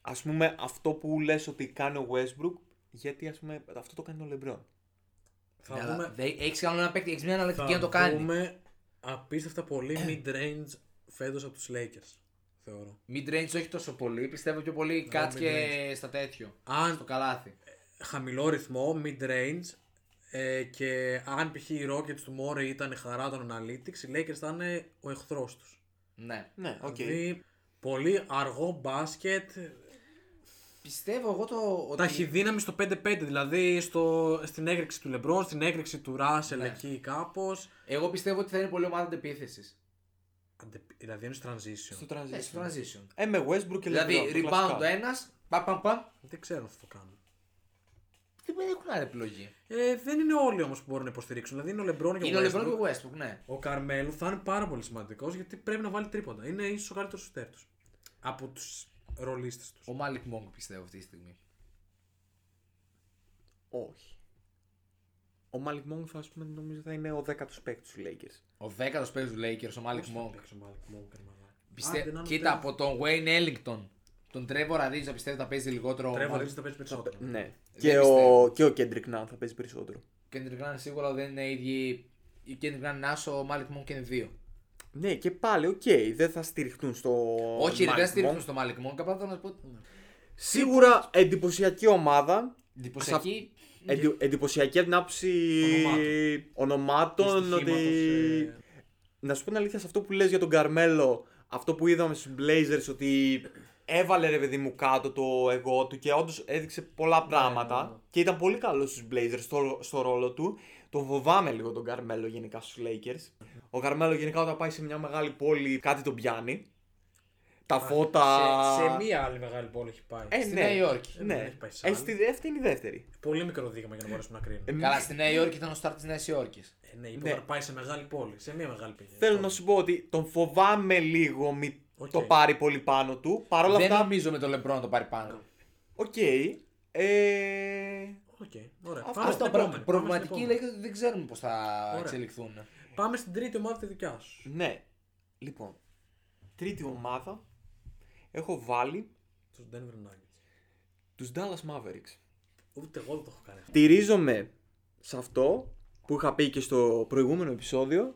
Speaker 5: Ας πούμε αυτό που λες ότι κάνει ο Westbrook, γιατί ας πούμε αυτό το κάνει ο LeBron.
Speaker 3: Θα
Speaker 4: Ναι, αλλά
Speaker 3: δούμε,
Speaker 4: δεν- έχεις κανένα ένα παίκτη, έχεις μια
Speaker 3: θα
Speaker 4: αναλλακτική να το κάνεις.
Speaker 3: δούμε απίστευτα πολύ mid-range φέτος από τους Lakers. θεωρώ.
Speaker 4: Mid range όχι τόσο πολύ. Πιστεύω πιο πολύ κάτ και στα τέτοιο. Στο
Speaker 3: Ναι, Αν
Speaker 4: καλάθι.
Speaker 3: χαμηλό ρυθμό, mid range ε, και αν π.χ. οι Rockets του Μόρι ήταν η χαρά των Analytics, οι Lakers ήταν ε, ο εχθρός τους.
Speaker 4: Ναι.
Speaker 5: Ναι, οκ.
Speaker 3: Δηλαδή, πολύ αργό μπάσκετ,
Speaker 4: Πιστεύω εγώ το. Ότι...
Speaker 3: ταχυδύναμη στο 5-5, δηλαδή στο, στην έκρηξη του Λεμπρόν, στην έκρηξη του Ράσελ
Speaker 4: Ναι.
Speaker 3: εκεί κάπως.
Speaker 4: Εγώ πιστεύω ότι θα είναι πολύ ομάδα αντεπίθεσης.
Speaker 3: Αντε- Δηλαδή είναι στο transition.
Speaker 5: Στο
Speaker 4: Ναι, στο
Speaker 5: transition.
Speaker 4: transition.
Speaker 5: Ε, με Westbrook και
Speaker 4: Δηλαδή,
Speaker 5: LeBron, το
Speaker 4: rebound
Speaker 5: κλασικά.
Speaker 4: ο ένας, παμ παμ παμ.
Speaker 3: Δεν ξέρω τι θα κάνουν.
Speaker 4: Δεν έχουν άλλη επιλογή.
Speaker 3: Ε, δεν είναι όλοι όμως που μπορούν να υποστηρίξουν. Δηλαδή είναι ο Λεμπρόν και
Speaker 4: Είναι
Speaker 3: ο
Speaker 4: ο
Speaker 3: Westbrook.
Speaker 4: LeBron και ο Westbrook, ναι.
Speaker 3: Ο Καρμέλου θα είναι πάρα πολύ σημαντικός γιατί πρέπει να βάλει τρίποντα. Είναι ίσως ο καλύτερος σουτέρ τους. Από τους ρολίστες τους.
Speaker 4: Ο Μάλικ Μόγκ πιστεύω αυτή τη στιγμή.
Speaker 5: Όχι. Ο Μάλικ Μόγκ θα, ας πούμε, νομίζω θα είναι ο δέκατος παίκτης του Lakers.
Speaker 4: Ο δέκατος παίκτης του Lakers, ο Μάλικ Μόγκ. Πιστε...
Speaker 3: Πιστε...
Speaker 4: Κοίτα, από τον Wayne Ellington, τον Trevor Ariza πιστεύω θα παίζει λιγότερο.
Speaker 3: Τρέβο
Speaker 4: Μάλλον-
Speaker 3: Ρίτζ θα παίζει περισσότερο.
Speaker 5: Ναι.
Speaker 4: Δεν
Speaker 5: Και
Speaker 4: πιστεύω.
Speaker 5: ο, και ο Kendrick Nunn θα παίζει περισσότερο.
Speaker 4: Kendrick Nunn σίγουρα δεν είναι ίδιοι. Η Kendrick Nunn είναι άσο, ο Malik Monk είναι δύο.
Speaker 5: Ναι, και πάλι, οκ, δεν θα στηριχτούν στο.
Speaker 4: Όχι, ρε,
Speaker 5: Malik
Speaker 4: δεν
Speaker 5: Monk.
Speaker 4: στηρίχνουν στο Malik Monk, απλά θέλω να σου πω.
Speaker 5: Σίγουρα εντυπωσιακή ομάδα.
Speaker 4: Εντυπωσιακή.
Speaker 5: Εντι- εντυπωσιακή από την άποψη ονομάτων.
Speaker 3: Δυστυχήματος,
Speaker 5: Ότι...
Speaker 3: ε,
Speaker 5: Να σου πω την αλήθεια σε αυτό που λες για τον Καρμέλο, αυτό που είδαμε στους Blazers ότι έβαλε ρε παιδί μου κάτω το εγώ του και όντως έδειξε
Speaker 3: Ναι,
Speaker 5: πολλά πράγματα και ήταν πολύ καλός στους Blazers στο, στο ρόλο του. Το φοβάμαι λίγο τον Καρμέλο γενικά στους Lakers. Ο Καρμέλο γενικά όταν πάει σε μια μεγάλη πόλη κάτι τον πιάνει. Τα φώτα...
Speaker 3: σε, σε μία άλλη μεγάλη πόλη έχει πάει.
Speaker 5: Ε,
Speaker 4: Στη
Speaker 5: ναι.
Speaker 4: Νέα Υόρκη.
Speaker 5: Ναι.
Speaker 3: δεν έχει πάει σε
Speaker 5: Ε,
Speaker 3: άλλη.
Speaker 5: στη δε- αυτή είναι η δεύτερη.
Speaker 3: Πολύ μικρό δείγμα για να μπορέσουμε να κρίνουμε.
Speaker 5: Ε,
Speaker 4: Καλά, στη Νέα Υόρκη ήταν ο στάρ της Νέας Υόρκης.
Speaker 3: Ε, ναι, είπε
Speaker 5: ναι.
Speaker 3: να πάει σε μεγάλη πόλη. Σε μία μεγάλη πόλη.
Speaker 5: Θέλω να σου πω ότι τον φοβάμαι λίγο μη
Speaker 3: Οκ.
Speaker 5: το πάρει πολύ πάνω του. Παρ' όλα
Speaker 4: Δεν
Speaker 5: αυτά.
Speaker 4: νομίζω με τον Λεμπρό να το πάρει πάνω.
Speaker 5: Οκ. Ε...
Speaker 3: Οκ, ωραία.
Speaker 5: Αυτό
Speaker 3: Πάμε στην
Speaker 4: Αυτό
Speaker 3: επόμενη. Πάμε
Speaker 4: προ- προβληματική
Speaker 3: στην
Speaker 4: λέει
Speaker 3: επόμενη.
Speaker 4: ότι δεν ξέρουμε πώς θα
Speaker 3: Ωραία.
Speaker 4: εξελιχθούν.
Speaker 3: Πάμε στην τρίτη ομάδα της δικιάς σου.
Speaker 5: Ναι. Λοιπόν. Τρίτη ομάδα. Έχω βάλει
Speaker 3: Τους Denver Nuggets.
Speaker 5: τους Dallas Mavericks.
Speaker 3: Ούτε εγώ δεν το έχω κάνει. αυτό.
Speaker 5: Στηρίζομαι σε αυτό που είχα πει και στο προηγούμενο επεισόδιο.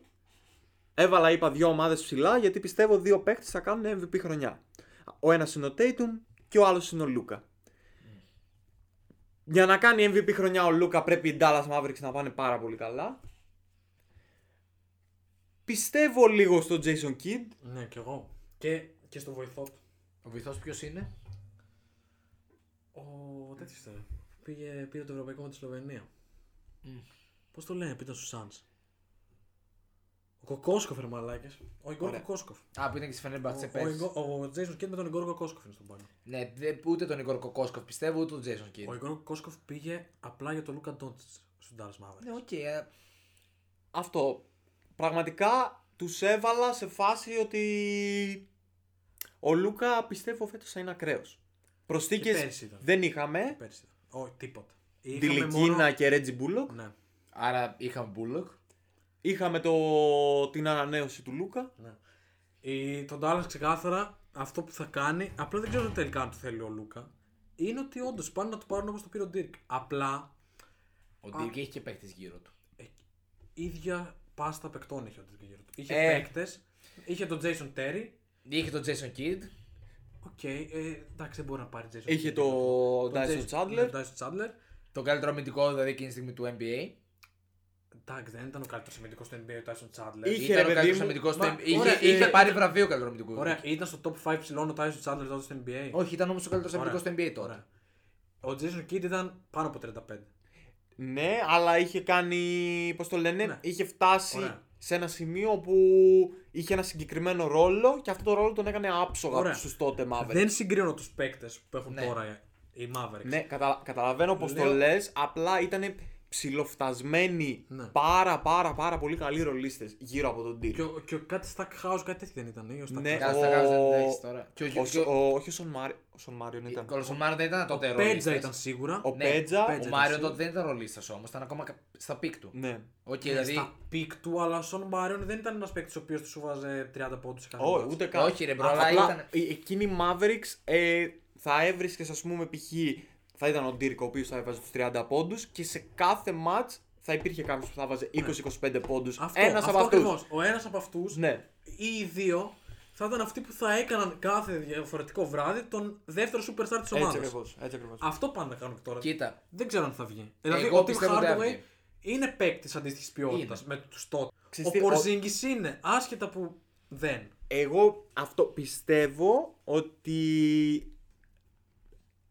Speaker 5: Έβαλα, είπα, δύο ομάδες ψηλά γιατί πιστεύω δύο παίκτες θα κάνουν MVP χρονιά. Ο ένας είναι ο Tatum και ο άλλος είναι ο Λούκα. Για να κάνει MVP χρονιά ο Λούκα πρέπει οι Dallas Mavericks να πάνε πάρα πολύ καλά. Πιστεύω λίγο στον Jason Kidd.
Speaker 3: Ναι, κι εγώ. Και, και στο βοηθό του.
Speaker 4: Ο βυθό ποιος είναι.
Speaker 3: Ο τέτοιος ήταν. Πήγε, πήρε το ευρωπαϊκό με τη Σλοβενία. Πώς το λένε, πήγαν στου Suns. Ο Κοκόσκοφ ρε μαλάκες. Ο Ιγκόρ Κοκόσκοφ.
Speaker 4: Α, που ήταν και στη Φενέρμπαχτσε
Speaker 3: Ο- ο
Speaker 4: πέρσι.
Speaker 3: Ιγκο- Ο Τζέισον Κέντ με τον Ιγκόρ Κοκόσκοφ είναι στον πάνω.
Speaker 4: Ναι, δε- ούτε τον Ιγκορ Κοκόσκοφ πιστεύω, ούτε τον Τζέισον Κίντ.
Speaker 3: Ο Ιγκόρ Κοκόσκοφ πήγε απλά για τον Λούκα Ντόντζ στον Dallas Mavericks.
Speaker 4: Ναι, οκ. ε,
Speaker 5: Αυτό. Πραγματικά τους έβαλα σε φάση ότι ο Λούκα πιστεύω φέτος θα είναι ακραίος. Προσθήκες
Speaker 3: πέρσι ήταν.
Speaker 5: δεν είχαμε.
Speaker 3: Πέρσι. Όχι, τίποτα. Είχαμε
Speaker 5: Τιλικίνα
Speaker 3: μόνο-
Speaker 5: και Ρέτζι Μπούλοκ.
Speaker 3: Ναι,
Speaker 4: Άρα είχαμε Μπούλοκ.
Speaker 5: Είχαμε το... την ανανέωση του Λούκα.
Speaker 3: ναι. Η, τον Dallas ξεκάθαρα αυτό που θα κάνει, απλά δεν ξέρω τελικά αν το θέλει ο Λούκα, είναι ότι όντως πάνε να το πάρουν όπως το πήρε ο Ντίρκ. Απλά
Speaker 4: Ο Ντίρκ έχει και παίχτη γύρω του.
Speaker 3: ίδια πάστα παικτών είχε ο Ντίρκ γύρω του. Είχε
Speaker 4: Ε.
Speaker 3: παίκτες, είχε τον Jason Terry.
Speaker 4: Είχε τον Τζέισον Κίντ.
Speaker 3: Οκ, ε, εντάξει δεν μπορεί να πάρει Jason
Speaker 5: Είχε
Speaker 3: Terry.
Speaker 5: το
Speaker 3: Τον
Speaker 5: Dyson
Speaker 3: Jason-
Speaker 5: Chandler.
Speaker 3: τον Dyson Chandler.
Speaker 4: Το καλύτερο αμυντικό δηλαδή εκείνη τη στιγμή του NBA.
Speaker 3: Εντάξει, δεν ήταν ο καλύτερος αμυντικός του NBA ο Tyson Chandler.
Speaker 5: Είχε,
Speaker 4: Ήταν
Speaker 5: ρε,
Speaker 4: ο
Speaker 5: παιδί
Speaker 4: καλύτερος
Speaker 5: μου,
Speaker 4: αμυντικός του
Speaker 3: μα-
Speaker 4: NBA. Είχε,
Speaker 3: ωραία,
Speaker 4: είχε
Speaker 3: ε,
Speaker 4: πάρει βραβείο καλύτερος αμυντικός.
Speaker 3: Ωραία, ήταν στο top 5 ψηλών ο Tyson Chandler τότε στο NBA.
Speaker 4: Όχι, ήταν όμως ο καλύτερος αμυντικός του NBA τώρα.
Speaker 3: Ωραία. Ο Jason Kidd ήταν πάνω από 35.
Speaker 5: Ναι, αλλά είχε κάνει. Πώς το λένε,
Speaker 3: Ναι.
Speaker 5: είχε φτάσει
Speaker 3: Ωραία.
Speaker 5: σε ένα σημείο που είχε ένα συγκεκριμένο ρόλο και αυτό το ρόλο τον έκανε άψογα
Speaker 3: Ωραία.
Speaker 5: από τους τότε Mavericks.
Speaker 3: Δεν συγκρίνω τους παίκτες που έχουν
Speaker 4: Ναι.
Speaker 3: τώρα οι Mavericks.
Speaker 5: Ναι, κατα... καταλαβαίνω πώς το
Speaker 3: Λέω-
Speaker 5: λες. Απλά ήταν ψηλοφτασμένοι
Speaker 3: Ναι.
Speaker 5: πάρα πάρα πάρα πολύ καλοί ρολίστες γύρω από τον
Speaker 3: Και,
Speaker 5: τίτλο.
Speaker 3: ο- και ο κάτι Stackhouse κάτι τέτοιο δεν ήταν. Ή ο Stackhouse.
Speaker 5: Ναι,
Speaker 4: Κάτσε,
Speaker 5: ο-
Speaker 4: τα κάνεις, δεν τα έχεις τώρα. Και ο-
Speaker 5: Ο,
Speaker 4: και
Speaker 5: Σ-
Speaker 4: ο-
Speaker 5: ο- όχι ο Σον, Μάρι... ο Σον Μάριον ήταν.
Speaker 4: Ο Σομάρο δεν ήταν τότε
Speaker 3: Ο
Speaker 4: ρολίστας.
Speaker 3: Πέτζα ήταν σίγουρα.
Speaker 5: Ο
Speaker 4: Ναι,
Speaker 5: Πέτζα.
Speaker 3: Πέτζα.
Speaker 4: Ο
Speaker 3: ήταν
Speaker 4: Μάριο
Speaker 3: σίγουρα.
Speaker 4: τότε δεν ήταν ρολίστας όμως, ήταν ακόμα κα- στα πικ του.
Speaker 5: Ναι.
Speaker 4: Οκ,
Speaker 3: Ναι,
Speaker 4: δηλαδή.
Speaker 3: Στα πικ του, αλλά ο Σον Μάριον δεν ήταν ένας παίκτης ο οποίος τους σούβαζε 30 πόντους σε κάθε
Speaker 5: Όχι,
Speaker 3: μάτς.
Speaker 5: ούτε καν.
Speaker 4: Όχι, ρε, μπρο,
Speaker 5: Α,
Speaker 4: αλλά
Speaker 5: απλά
Speaker 4: ήταν.
Speaker 5: ε- Εκείνη η Mavericks ε, θα έβρισκες, ας πούμε, π.χ. θα ήταν ο Ντύρκ ο οποίος θα έβαζε τους 30 πόντους και σε κάθε match θα υπήρχε κάποιος που θα
Speaker 4: Ναι.
Speaker 5: βάζε 20-25 πόντους.
Speaker 3: Αυτό,
Speaker 5: Ένας
Speaker 3: αυτό
Speaker 5: από Ναι, αυτούς.
Speaker 3: ακριβώς. Ο ένας από αυτούς
Speaker 5: Ναι.
Speaker 3: ή οι δύο θα ήταν αυτοί που θα έκαναν κάθε διαφορετικό βράδυ τον δεύτερο superstar της
Speaker 5: Έτσι
Speaker 3: ομάδας.
Speaker 5: ακριβώς. Έτσι ακριβώς.
Speaker 3: Αυτό πάνε να κάνουν τώρα.
Speaker 4: Κοίτα,
Speaker 3: Δεν ξέρω αν θα βγει. Δηλαδή,
Speaker 4: Εγώ
Speaker 3: ο Tim
Speaker 4: πιστεύω ότι θα
Speaker 3: Hardaway
Speaker 4: βγει.
Speaker 3: είναι παίκτης αντίστοιχης ποιότητας με τους τότε.
Speaker 5: Ξέρεις
Speaker 3: Ο
Speaker 5: τι, ο-
Speaker 3: Πορζίνγκη είναι, άσχετα που δεν.
Speaker 5: Εγώ αυτό πιστεύω ότι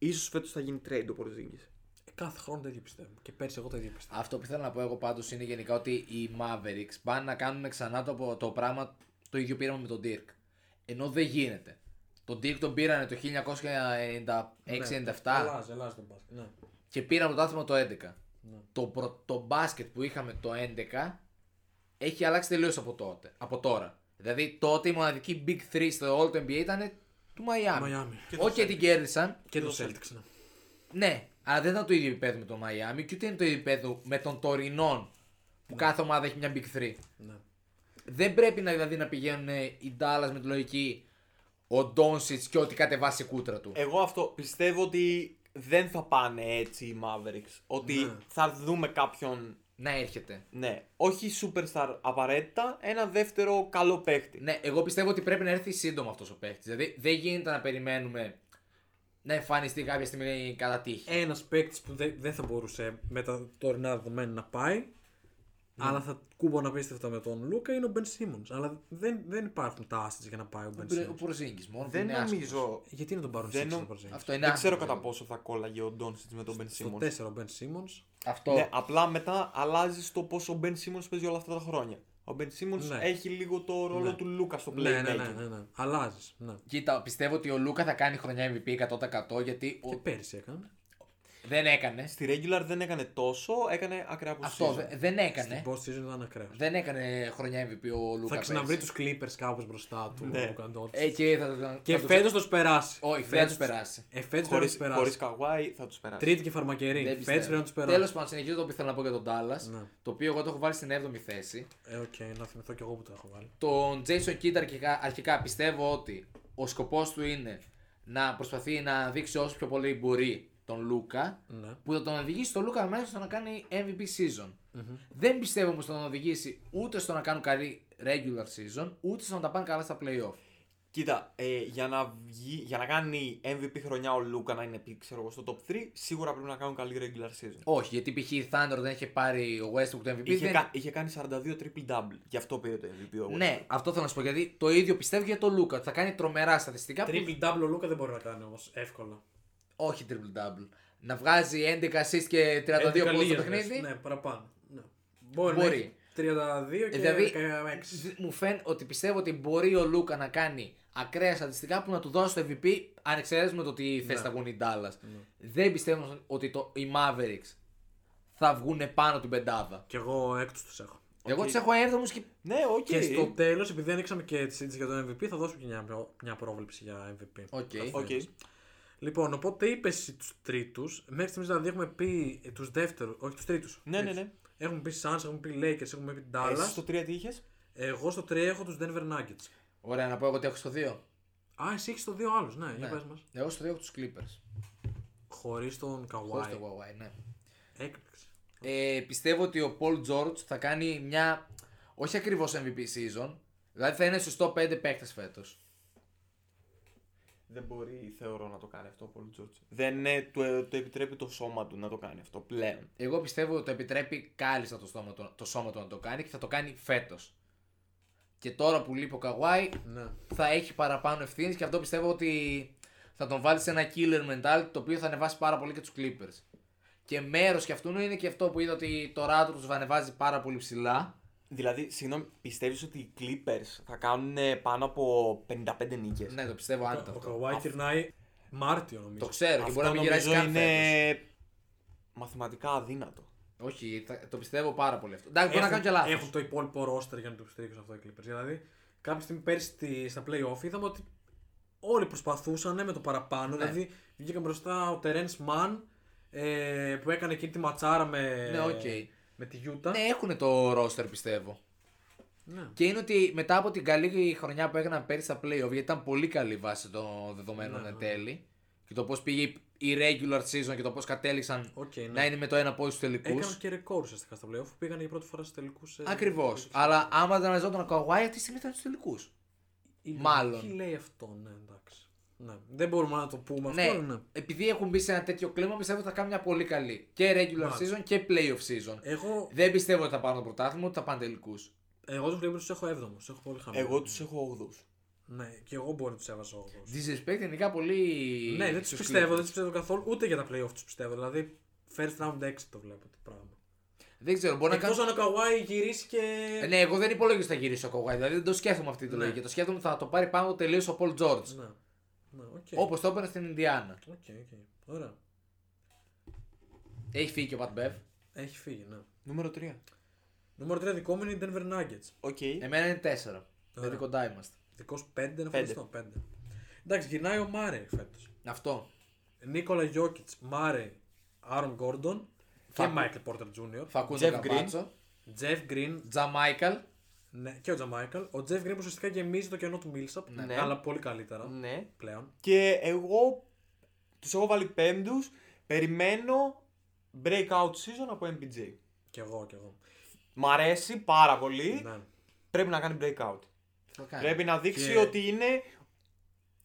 Speaker 5: ίσως φέτος θα γίνει trade ο Πορζίνγκης.
Speaker 3: Ε, Κάθε χρόνο τέτοιο πιστεύω. Και πέρσι εγώ τέτοιο πιστεύω.
Speaker 4: αυτό που θέλω να πω εγώ πάντως είναι γενικά ότι οι Mavericks πάνε να κάνουν ξανά το, το πράγμα το ίδιο πήραμε με τον Dirk. Ενώ δεν γίνεται. Τον Dirk τον πήρανε
Speaker 3: Ναι,
Speaker 4: το Ε, 1996-97
Speaker 3: Ελάζει, ελάζει τον μπάσκετ. Ναι.
Speaker 4: και πήραν το άθλημα το 11. Το, προ- το μπάσκετ που είχαμε το 11 έχει αλλάξει τελείως από, τότε- από τώρα. Δηλαδή τότε η μοναδική Big 3 στο όλο το NBA ήταν του Miami.
Speaker 3: Μαϊάμι.
Speaker 4: Όχι και την κέρδισαν,
Speaker 3: Και το Celtics. ναι.
Speaker 4: Ναι, αλλά δεν ήταν το ίδιο επίπεδο με το Μαϊάμι και ούτε είναι το ίδιο επίπεδο με τον τωρινών που κάθε ομάδα έχει μια Big 3.
Speaker 3: Ναι.
Speaker 4: Δεν πρέπει να, δηλαδή, να πηγαίνουν ε, οι Dallas με τη λογική ο Ντόνσιτ και ό,τι κατεβάσει η κούτρα του.
Speaker 5: Εγώ αυτό πιστεύω ότι δεν θα πάνε έτσι οι Mavericks. Ότι
Speaker 3: Ναι.
Speaker 5: θα δούμε κάποιον,
Speaker 4: να έρχεται.
Speaker 5: ναι, όχι superstar απαραίτητα, ένα δεύτερο καλό παίχτη.
Speaker 4: Ναι, εγώ πιστεύω ότι πρέπει να έρθει σύντομα αυτός ο παίχτης. Δηλαδή δεν γίνεται να περιμένουμε να εμφανιστεί κάποια στιγμή κατά τύχη.
Speaker 3: Ένας παίκτης που δεν, δεν θα μπορούσε με τα τωρινά δεδομένα να πάει. Αλλά θα κούμπω να πίστευτα με τον Λούκα είναι ο Μπεν Σίμον. Αλλά δεν, δεν υπάρχουν τα assets για να πάει ο Μπεν
Speaker 4: ο
Speaker 3: Σίμον.
Speaker 4: Πουρζίνγκη μόνο που
Speaker 5: δεν
Speaker 4: είναι άσχημος.
Speaker 5: νομίζω.
Speaker 3: Γιατί να τον πάρουν
Speaker 5: Δεν
Speaker 3: Σίμον
Speaker 5: νο-
Speaker 3: στο Πορζίνγκι.
Speaker 4: Αυτό είναι
Speaker 5: δεν ξέρω
Speaker 4: άσχημος,
Speaker 5: κατά
Speaker 4: δηλαδή.
Speaker 5: πόσο θα κόλλαγε ο Ντόνσιτ με τον Μπεν
Speaker 3: Στο
Speaker 5: Σίμον.
Speaker 3: 4 ο Μπεν Σίμον.
Speaker 4: Αυτό.
Speaker 5: Ναι, απλά μετά αλλάζει το πόσο ο Μπεν Σίμον παίζει όλα αυτά τα χρόνια. Ο Μπεν Σίμον
Speaker 3: Ναι.
Speaker 5: έχει λίγο το ρόλο
Speaker 3: Ναι.
Speaker 5: του Λούκα στο playmaking.
Speaker 3: Ναι, ναι, ναι, ναι, ναι. Αλλάζεις. Ναι.
Speaker 4: Κοίτα, πιστεύω ότι ο Λούκα θα κάνει χρονιά MVP 100% γιατί ο-
Speaker 3: Και πέρυσι έκανε.
Speaker 4: δεν έκανε.
Speaker 5: Στη regular δεν έκανε τόσο, έκανε ακραία που
Speaker 4: Αυτό ε, δε- δεν έκανε.
Speaker 3: Στην post season ήταν ακραίο.
Speaker 4: Δεν έκανε χρονιά MVP ο Λούκα.
Speaker 3: Θα ξαναβρει του
Speaker 4: πέρσι.
Speaker 3: Clippers κάπως μπροστά του.
Speaker 5: Ναι.
Speaker 3: ο Luka Doncic.
Speaker 4: Ε, και θα, θα,
Speaker 3: Και
Speaker 4: θα
Speaker 3: φέτο τους περάσει.
Speaker 4: Όχι,
Speaker 3: Φέτος-
Speaker 4: δεν θα τους περάσει.
Speaker 3: Ε, φέτος πρέπει να
Speaker 5: Χωρίς,
Speaker 3: τους περάσει.
Speaker 5: χωρίς Καουάι θα τους περάσει.
Speaker 3: Τρίτη και φαρμακερή. Φέτος πρέπει να τους περάσει.
Speaker 4: Τέλος πάντων, συνεχίζω το που ήθελα να πω για τον Dallas.
Speaker 3: Ναι.
Speaker 4: Το οποίο εγώ το έχω βάλει στην 7η θέση.
Speaker 3: Ε, οκ, να θυμηθώ κι εγώ που το έχω βάλει.
Speaker 4: Τον Jason Kidd αρχικά, αρχικά πιστεύω ότι ο σκοπός του είναι να προσπαθεί να δείξει όσο πιο πολύ μπορεί τον Λούκα.
Speaker 3: Ναι.
Speaker 4: Που θα τον οδηγήσει τον Λούκα μέσα στο να κάνει MVP season.
Speaker 3: Mm-hmm.
Speaker 4: Δεν πιστεύω όμω θα τον οδηγήσει ούτε στο να κάνουν καλή regular season, ούτε στο να τα πάνε καλά στα playoff.
Speaker 5: Κοίτα, ε, για, να βγει, για να κάνει MVP χρονιά ο Λούκα να είναι επί- ξέρω εγώ, στο top 3, σίγουρα πρέπει να κάνουν καλή regular season.
Speaker 4: Όχι, γιατί π.χ. η Thunder δεν είχε πάρει ο Westbrook το MVP.
Speaker 5: Είχε,
Speaker 4: δεν-
Speaker 5: κα- είχε κάνει 42 triple double, γι' αυτό πήρε το MVP ο
Speaker 4: Ναι, αυτό θέλω να σου πω. Γιατί το ίδιο πιστεύω για τον Λούκα. ότι Θα κάνει τρομερά στατιστικά. που-
Speaker 3: Triple double ο Λούκα δεν μπορεί να κάνει όμως εύκολα.
Speaker 4: Όχι triple double. Να βγάζει 11 assist και 32
Speaker 3: 11
Speaker 4: πόντους στο
Speaker 3: λίγες,
Speaker 4: παιχνίδι.
Speaker 3: Ναι, παραπάνω. Ναι. Μπορεί. να
Speaker 4: Μπορεί.
Speaker 3: έχει 32 και
Speaker 4: Δηλαδή,
Speaker 3: 16.
Speaker 4: δ- μου φαίνεται ότι πιστεύω ότι μπορεί ο Λούκα να κάνει ακραία στατιστικά που να του δώσει το MVP ανεξαιρέτως το τι θέση θα βγουν οι Dallas. Δεν πιστεύω ότι το, οι Mavericks θα βγουν πάνω την πεντάδα.
Speaker 3: Κι εγώ έκτου τους έχω.
Speaker 4: Εγώ τους έχω έβδομους και.
Speaker 5: Ναι, οκ.
Speaker 3: Και στο τέλος, επειδή δεν ανοίξαμε και τη συζήτηση για τον MVP, θα δώσουμε και μια, μια πρόβλεψη για MVP.
Speaker 4: Οκ.
Speaker 5: Οκ.
Speaker 3: Λοιπόν, οπότε είπες τους τρίτους. Μέχρι στιγμής δηλαδή έχουμε πει τους δεύτερους, όχι τους τρίτους.
Speaker 5: Ναι, ναι, ναι.
Speaker 3: Έχουμε πει Suns, έχουμε πει Lakers, έχουμε πει Dallas.
Speaker 5: Εσύ στο 3 τι είχες?
Speaker 3: Εγώ στο 3 έχω τους Denver Nuggets.
Speaker 4: Ωραία, να πω εγώ ότι έχω στο 2.
Speaker 3: Α, εσύ έχεις το δύο άλλους, ναι, για πες μας.
Speaker 4: Εγώ στο 2 έχω τους Clippers.
Speaker 3: Χωρίς τον
Speaker 4: Χωρίς το
Speaker 3: Kawhi.
Speaker 4: Huawei, ναι.
Speaker 3: Έκπληξη.
Speaker 4: Ε, πιστεύω ότι ο Paul George θα κάνει μια. Όχι ακριβώς MVP season. Δηλαδή θα είναι στους top 5 παίκτες φέτος.
Speaker 5: Δεν μπορεί, θεωρώ, να το κάνει αυτό ο Πολ Τζόρτζ. Δεν ε, του, ε, το επιτρέπει το σώμα του να το κάνει αυτό πλέον.
Speaker 4: Εγώ πιστεύω ότι το επιτρέπει κάλλιστα το, στόμα του, το σώμα του να το κάνει και θα το κάνει φέτος. Και τώρα που λείπει ο Καουάι
Speaker 3: Ναι.
Speaker 4: θα έχει παραπάνω ευθύνε και αυτό πιστεύω ότι θα τον βάλει σε ένα killer mentality το οποίο θα ανεβάσει πάρα πολύ και τους Clippers. Και μέρος και αυτού είναι και αυτό που είδα ότι το ράτο τους ανεβάζει πάρα πολύ ψηλά.
Speaker 5: Δηλαδή, συγγνώμη, πιστεύεις ότι οι Clippers θα κάνουν ε, πάνω από 55 νίκες.
Speaker 4: Ναι, το πιστεύω άνετα
Speaker 3: Ο
Speaker 4: αυτό.
Speaker 3: Kawhi κυρνάει Μάρτιο νομίζω.
Speaker 4: Το ξέρω και
Speaker 5: Αυτό
Speaker 4: μπορεί να μην γυράσει
Speaker 5: νομίζω
Speaker 4: καν φέτος.
Speaker 5: είναι μαθηματικά αδύνατο.
Speaker 4: Όχι, θα- το πιστεύω πάρα πολύ αυτό. Εντάξει, μπορεί να κάνω και λάθος.
Speaker 3: Έχουν το υπόλοιπο ρόστερ για να το υποστηρίξουν αυτό οι Clippers. Δηλαδή, κάποια στιγμή πέρσι στη- στα playoff είδαμε ότι όλοι προσπαθούσαν με το
Speaker 4: Ναι.
Speaker 3: παραπάνω. Δηλαδή, βγήκε μπροστά ο Terence Mann ε, που έκανε εκείνη τη ματσάρα με,
Speaker 4: Ναι, οκ.
Speaker 3: με τη Utah.
Speaker 4: Ναι, έχουν το ρόστερ πιστεύω.
Speaker 3: Ναι.
Speaker 4: Και είναι ότι μετά από την καλή χρονιά που έκαναν πέρυσι στα playoff, γιατί ήταν πολύ καλή βάση των
Speaker 3: Ναι,
Speaker 4: δεδομένων εν τέλει, και το πώς πήγε η- η regular season και το πώς κατέληξαν
Speaker 3: Οκ, ναι.
Speaker 4: να είναι με το ένα πόδι στους τελικούς.
Speaker 3: Έκαναν και ρεκόρ ουσιαστικά στα playoff που πήγαν για πρώτη φορά στους τελικούς.
Speaker 4: Ακριβώ. Αλλά άμα δεν αναζόταν ο Καουάι, αυτή τη στιγμή ήταν στους τελικούς.
Speaker 3: Η
Speaker 4: Μάλλον.
Speaker 3: λογική λέει αυτό, ναι, εντάξει. Ναι. Δεν μπορούμε να το πούμε
Speaker 4: Ναι,
Speaker 3: αυτό, ναι.
Speaker 4: επειδή έχουν μπει σε ένα τέτοιο κλίμα, πιστεύω ότι θα κάνουν μια πολύ καλή και regular
Speaker 3: Μάλιστα. Ε,
Speaker 4: season και playoff season.
Speaker 3: Εγώ,
Speaker 4: Δεν πιστεύω ότι θα πάρουν το πρωτάθλημα, ούτε θα πάνε τελικούς.
Speaker 3: εγώ τους Clippers τους έχω 7 του έχω πολύ χαμηλά.
Speaker 5: Εγώ τους έχω 8.
Speaker 3: Ναι, και εγώ μπορεί να τους έβαζα 8.
Speaker 4: Disrespect γενικά πολύ.
Speaker 3: Ναι, δεν τους
Speaker 4: στους
Speaker 3: πιστεύω, δεν
Speaker 4: Clippers.
Speaker 3: τους πιστεύω καθόλου. Ούτε για τα playoff τους πιστεύω. Δηλαδή, first round 6 το βλέπω το πράγμα.
Speaker 4: Δεν ξέρω, μπορεί να
Speaker 3: Εκτός
Speaker 4: κάνω.
Speaker 3: αν ο Καουάι γυρίσει και.
Speaker 4: Ε, Ναι, εγώ δεν υπολόγιζα ότι θα γυρίσει ο Κογάη, δηλαδή δεν το σκέφτομαι αυτή τη
Speaker 3: Ναι.
Speaker 4: λογική. Το σκέφτομαι ότι θα το πάρει πάνω τελείως ο Πολ Τζόρτζ.
Speaker 3: Ναι, ναι, οκ.
Speaker 4: Όπως το έπαιρνε στην Ινδιάνα.
Speaker 3: Οκ, οκ. Ωραία.
Speaker 4: Έχει φύγει και ο Πατ Μπεύ.
Speaker 3: Έχει φύγει, ναι.
Speaker 5: Νούμερο 3.
Speaker 3: Νούμερο 3 δικό μου είναι η Denver Nuggets.
Speaker 5: Οκ.
Speaker 4: Εμένα είναι 4. Δηλαδή κοντά είμαστε.
Speaker 3: Δικός 5 να φανταστώ. 5. Εντάξει, γυρνάει ο Μάρε φέτος.
Speaker 4: Αυτό.
Speaker 3: Νίκολα Γιώκητ, Μάρε, Άρον Γκόρντον και Μάικλ Πόρτερ Τζούνιορ.
Speaker 4: Φακούντο
Speaker 5: Jeff Green.
Speaker 4: Καμπάτσο.
Speaker 3: Τζεφ Γκριν
Speaker 4: Τζαμάικαλ.
Speaker 3: ναι, και ο Τζαμάικαλ. Ο Τζεφ Γκριν που ουσιαστικά γεμίζει το κενό του Μίλσαπ,
Speaker 5: Ναι.
Speaker 3: αλλά πολύ καλύτερα
Speaker 5: Ναι.
Speaker 3: πλέον.
Speaker 5: Και εγώ τους έχω βάλει πέμπτους. Περιμένω breakout season από MPJ.
Speaker 3: Κι εγώ, κι εγώ.
Speaker 5: Μ' αρέσει πάρα
Speaker 4: Ε,
Speaker 5: πολύ.
Speaker 3: Ναι.
Speaker 5: Πρέπει να κάνει breakout.
Speaker 4: Θα κάνει.
Speaker 5: Πρέπει να δείξει
Speaker 3: Και-
Speaker 5: ότι είναι.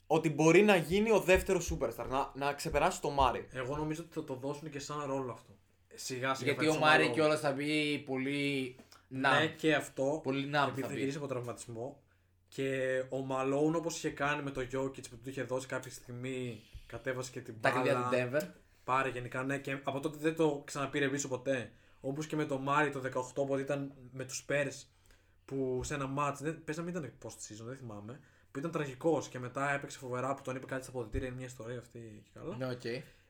Speaker 5: Ότι μπορεί να γίνει ο δεύτερος superstar. Να, να ξεπεράσει το Μάρι.
Speaker 3: Εγώ νομίζω ότι θα το δώσουν και σαν ρόλο αυτό. Σιγά σιγά.
Speaker 4: Γιατί ο Μάρι κιόλας θα βγει πολύ. Να.
Speaker 3: Να. Ναι, και αυτό.
Speaker 4: Πολύ να
Speaker 3: επειδή
Speaker 4: θα
Speaker 3: θα
Speaker 4: μπει.
Speaker 3: γυρίσει από τραυματισμό. Και ο Μαλόουν όπως είχε κάνει με το Γιώκητ που του είχε δώσει κάποια στιγμή, κατέβασε και την
Speaker 4: Τα κλειδιά του
Speaker 3: μπάλα.
Speaker 4: Denver.
Speaker 3: Πάρε γενικά, ναι, και από τότε δεν το ξαναπήρε πίσω ποτέ. Όπως και με το Μάρι το 18 που ήταν με τους Spurs που σε ένα μάτ. Πες να μην ήταν post season, δεν θυμάμαι. Που ήταν τραγικός και μετά έπαιξε φοβερά που τον είπε κάτι στα αποδητήρια. Είναι μια ιστορία αυτή και καλά.
Speaker 4: Ναι, οκ.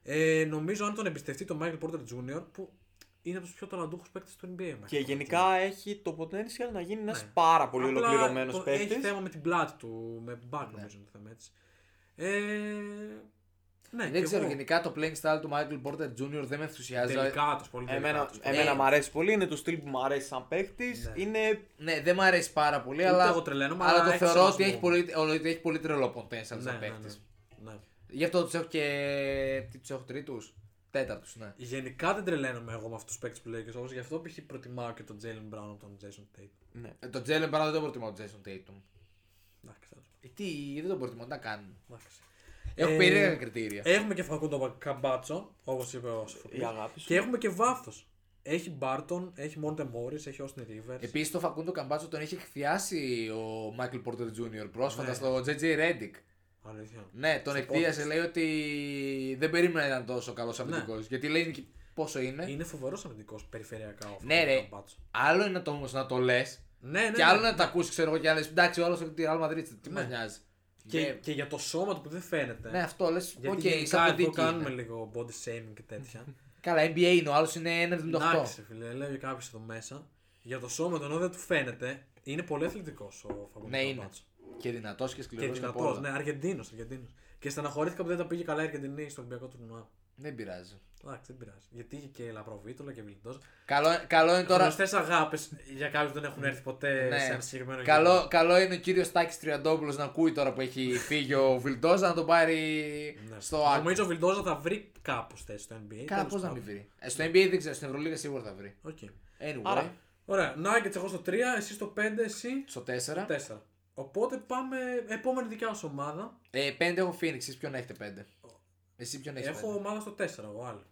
Speaker 3: Ε, νομίζω αν τον εμπιστευτεί τον Michael Porter Jr. που είναι από τους πιο ταλαντούχους παίκτες του NBA. ο Michael
Speaker 5: Και
Speaker 3: Porter
Speaker 5: γενικά έχει το potential να γίνει ένας
Speaker 3: Ναι.
Speaker 5: πάρα πολύ
Speaker 3: Απλά
Speaker 5: ολοκληρωμένος
Speaker 3: το-
Speaker 5: παίκτη.
Speaker 3: Έχει θέμα με την πλάτη του, με μπακ νομίζω είναι το θέμα έτσι. Ε, ναι, και
Speaker 4: Δεν ξέρω,
Speaker 3: εγώ.
Speaker 4: γενικά το playing style του Michael Porter Jr. δεν με ενθουσιάζει. Δηλαδή,
Speaker 3: Τελικά τους, πολύ
Speaker 5: Εμένα,
Speaker 3: τελικά τους.
Speaker 5: εμένα
Speaker 4: Ε.
Speaker 5: μ' αρέσει πολύ, είναι το στυλ που μ' αρέσει σαν παίκτης.
Speaker 3: Ναι.
Speaker 5: Είναι.
Speaker 4: Ναι, δεν μου αρέσει πάρα πολύ, αλλά.
Speaker 3: εγώ τρελαίνομαι,
Speaker 4: αλλά
Speaker 3: αλλά
Speaker 4: το
Speaker 3: έχει
Speaker 4: θεωρώ ότι
Speaker 3: σεβασμό.
Speaker 4: έχει πολύ, ότι έχει πολύ τρελό potential
Speaker 3: Ναι,
Speaker 4: σαν
Speaker 3: ναι,
Speaker 4: παίκτης.
Speaker 3: ναι, ναι.
Speaker 4: Γι' αυτό τους έχω και. Τι τους έχω τρίτους. Τέταρτου, ναι.
Speaker 3: Γενικά δεν τρελαίνομαι εγώ με αυτούς τους παίκτες που λέει και γι' αυτό π.χ. προτιμάω και τον Jalen Brown από τον Jason Tate.
Speaker 5: Ναι.
Speaker 4: Ε, Το Τζέλεν παρά δεν τον προτιμώ τον Jason Tatum.
Speaker 3: Εντάξει, τέλος πάντων.
Speaker 4: Ε, τι, δεν τον προτιμώ, τι να κάνουν.
Speaker 3: Εντάξει.
Speaker 4: Έχω
Speaker 3: Ε,
Speaker 4: περίεργα κριτήρια.
Speaker 3: Έχουμε και φακούντο καμπάτσο, όπως είπε ο Σοφοκλής.
Speaker 5: Η αγάπη σου.
Speaker 3: Και έχουμε και βάθος. Έχει Μπάρτον, έχει Μόντε Μόρις, έχει Austin Rivers.
Speaker 4: Επίσης, το Φακούντο Καμπάτσο τον είχε εκθιάσει ο Μάικλ Πόρτερ Τζούνιορ πρόσφατα
Speaker 3: Ναι.
Speaker 4: στο JJ Reddick.
Speaker 3: Αλήθεια.
Speaker 4: Ναι, τον
Speaker 3: Στο
Speaker 4: εκθίασε.
Speaker 3: podcast.
Speaker 4: Λέει ότι δεν περίμενε να ήταν τόσο καλός αμυντικό. Γιατί λέει και πόσο είναι.
Speaker 3: Ναι. Είναι φοβερός αμυντικό περιφερειακά ο
Speaker 4: Ναι, ρε.
Speaker 3: Καμπάτσο.
Speaker 4: Άλλο είναι το όμως να το λες.
Speaker 3: Ναι, ναι.
Speaker 4: και άλλο
Speaker 3: ναι.
Speaker 4: να τα ακούσεις, ξέρω εγώ, και άλλε. Εντάξει, όλο έχει τη Real Madrid, τι
Speaker 3: Ναι.
Speaker 4: μας νοιάζει.
Speaker 3: Και,
Speaker 4: Ναι,
Speaker 3: και για το σώμα του που δεν φαίνεται.
Speaker 4: ναι, αυτό λες.
Speaker 3: Γιατί
Speaker 4: Οκ,
Speaker 3: γενικά
Speaker 4: σαν ναι.
Speaker 3: εδώ
Speaker 4: κωδίκι
Speaker 3: κάνουμε
Speaker 4: είναι.
Speaker 3: λίγο body shaming και τέτοια.
Speaker 4: Καλά, NBA είναι, ο άλλος είναι 1,78.
Speaker 3: Εντάξει, φίλε, λέω για κάποιου εδώ μέσα. Για το σώμα του, ενώ δεν του φαίνεται, είναι πολύ αθλητικός ο Φαγκούντο
Speaker 4: Ναι, είναι. Και δυνατός και
Speaker 3: Και
Speaker 4: σκληρό.
Speaker 3: δυνατό, ναι, Αργεντίνος. Αργεντίνος. Και στεναχωρήθηκα που δεν τα πήγε καλά η Αργεντινή στο Ολυμπιακό τουρνουά.
Speaker 4: Δεν πειράζει.
Speaker 3: Εντάξει, δεν πειράζει. Γιατί είχε και Λαπροβίτολα και Βιλντός.
Speaker 4: Καλό, καλό είναι τώρα.
Speaker 3: Τώρα... Γνωστές αγάπες για κάποιους που δεν έχουν έρθει ποτέ
Speaker 4: Ναι.
Speaker 3: σε ένα συγκεκριμένο
Speaker 4: Καλό, καλό είναι ο κύριος Τάκης Τριαντόπουλος να ακούει τώρα που έχει φύγει ο Βιλντόζα να τον πάρει
Speaker 3: Ναι.
Speaker 4: στο άκρο.
Speaker 3: Νομίζω ο Βιλντόζα θα βρει κάπως θέση στο NBA.
Speaker 4: Καλά,
Speaker 3: Τέλος
Speaker 4: πώ να
Speaker 3: πάντων.
Speaker 4: μην βρει. Ε, στο NBA δεν ξέρω, στην Ευρωλίγα σίγουρα θα βρει.
Speaker 3: Οκ.
Speaker 4: Anyway,
Speaker 5: Άρα.
Speaker 3: Ωραία, Nuggets εγώ στο 3, εσύ στο 5, εσύ
Speaker 4: στο 4.
Speaker 3: στο 4. Οπότε πάμε επόμενη δικιά μας ομάδα.
Speaker 4: Ε, 5 έχω Phoenix, εσείς ποιον έχετε 5. Εσύ ποιον έχεις
Speaker 3: Έχω
Speaker 4: πέντε?
Speaker 3: ομάδα στο 4, εγώ άλλο.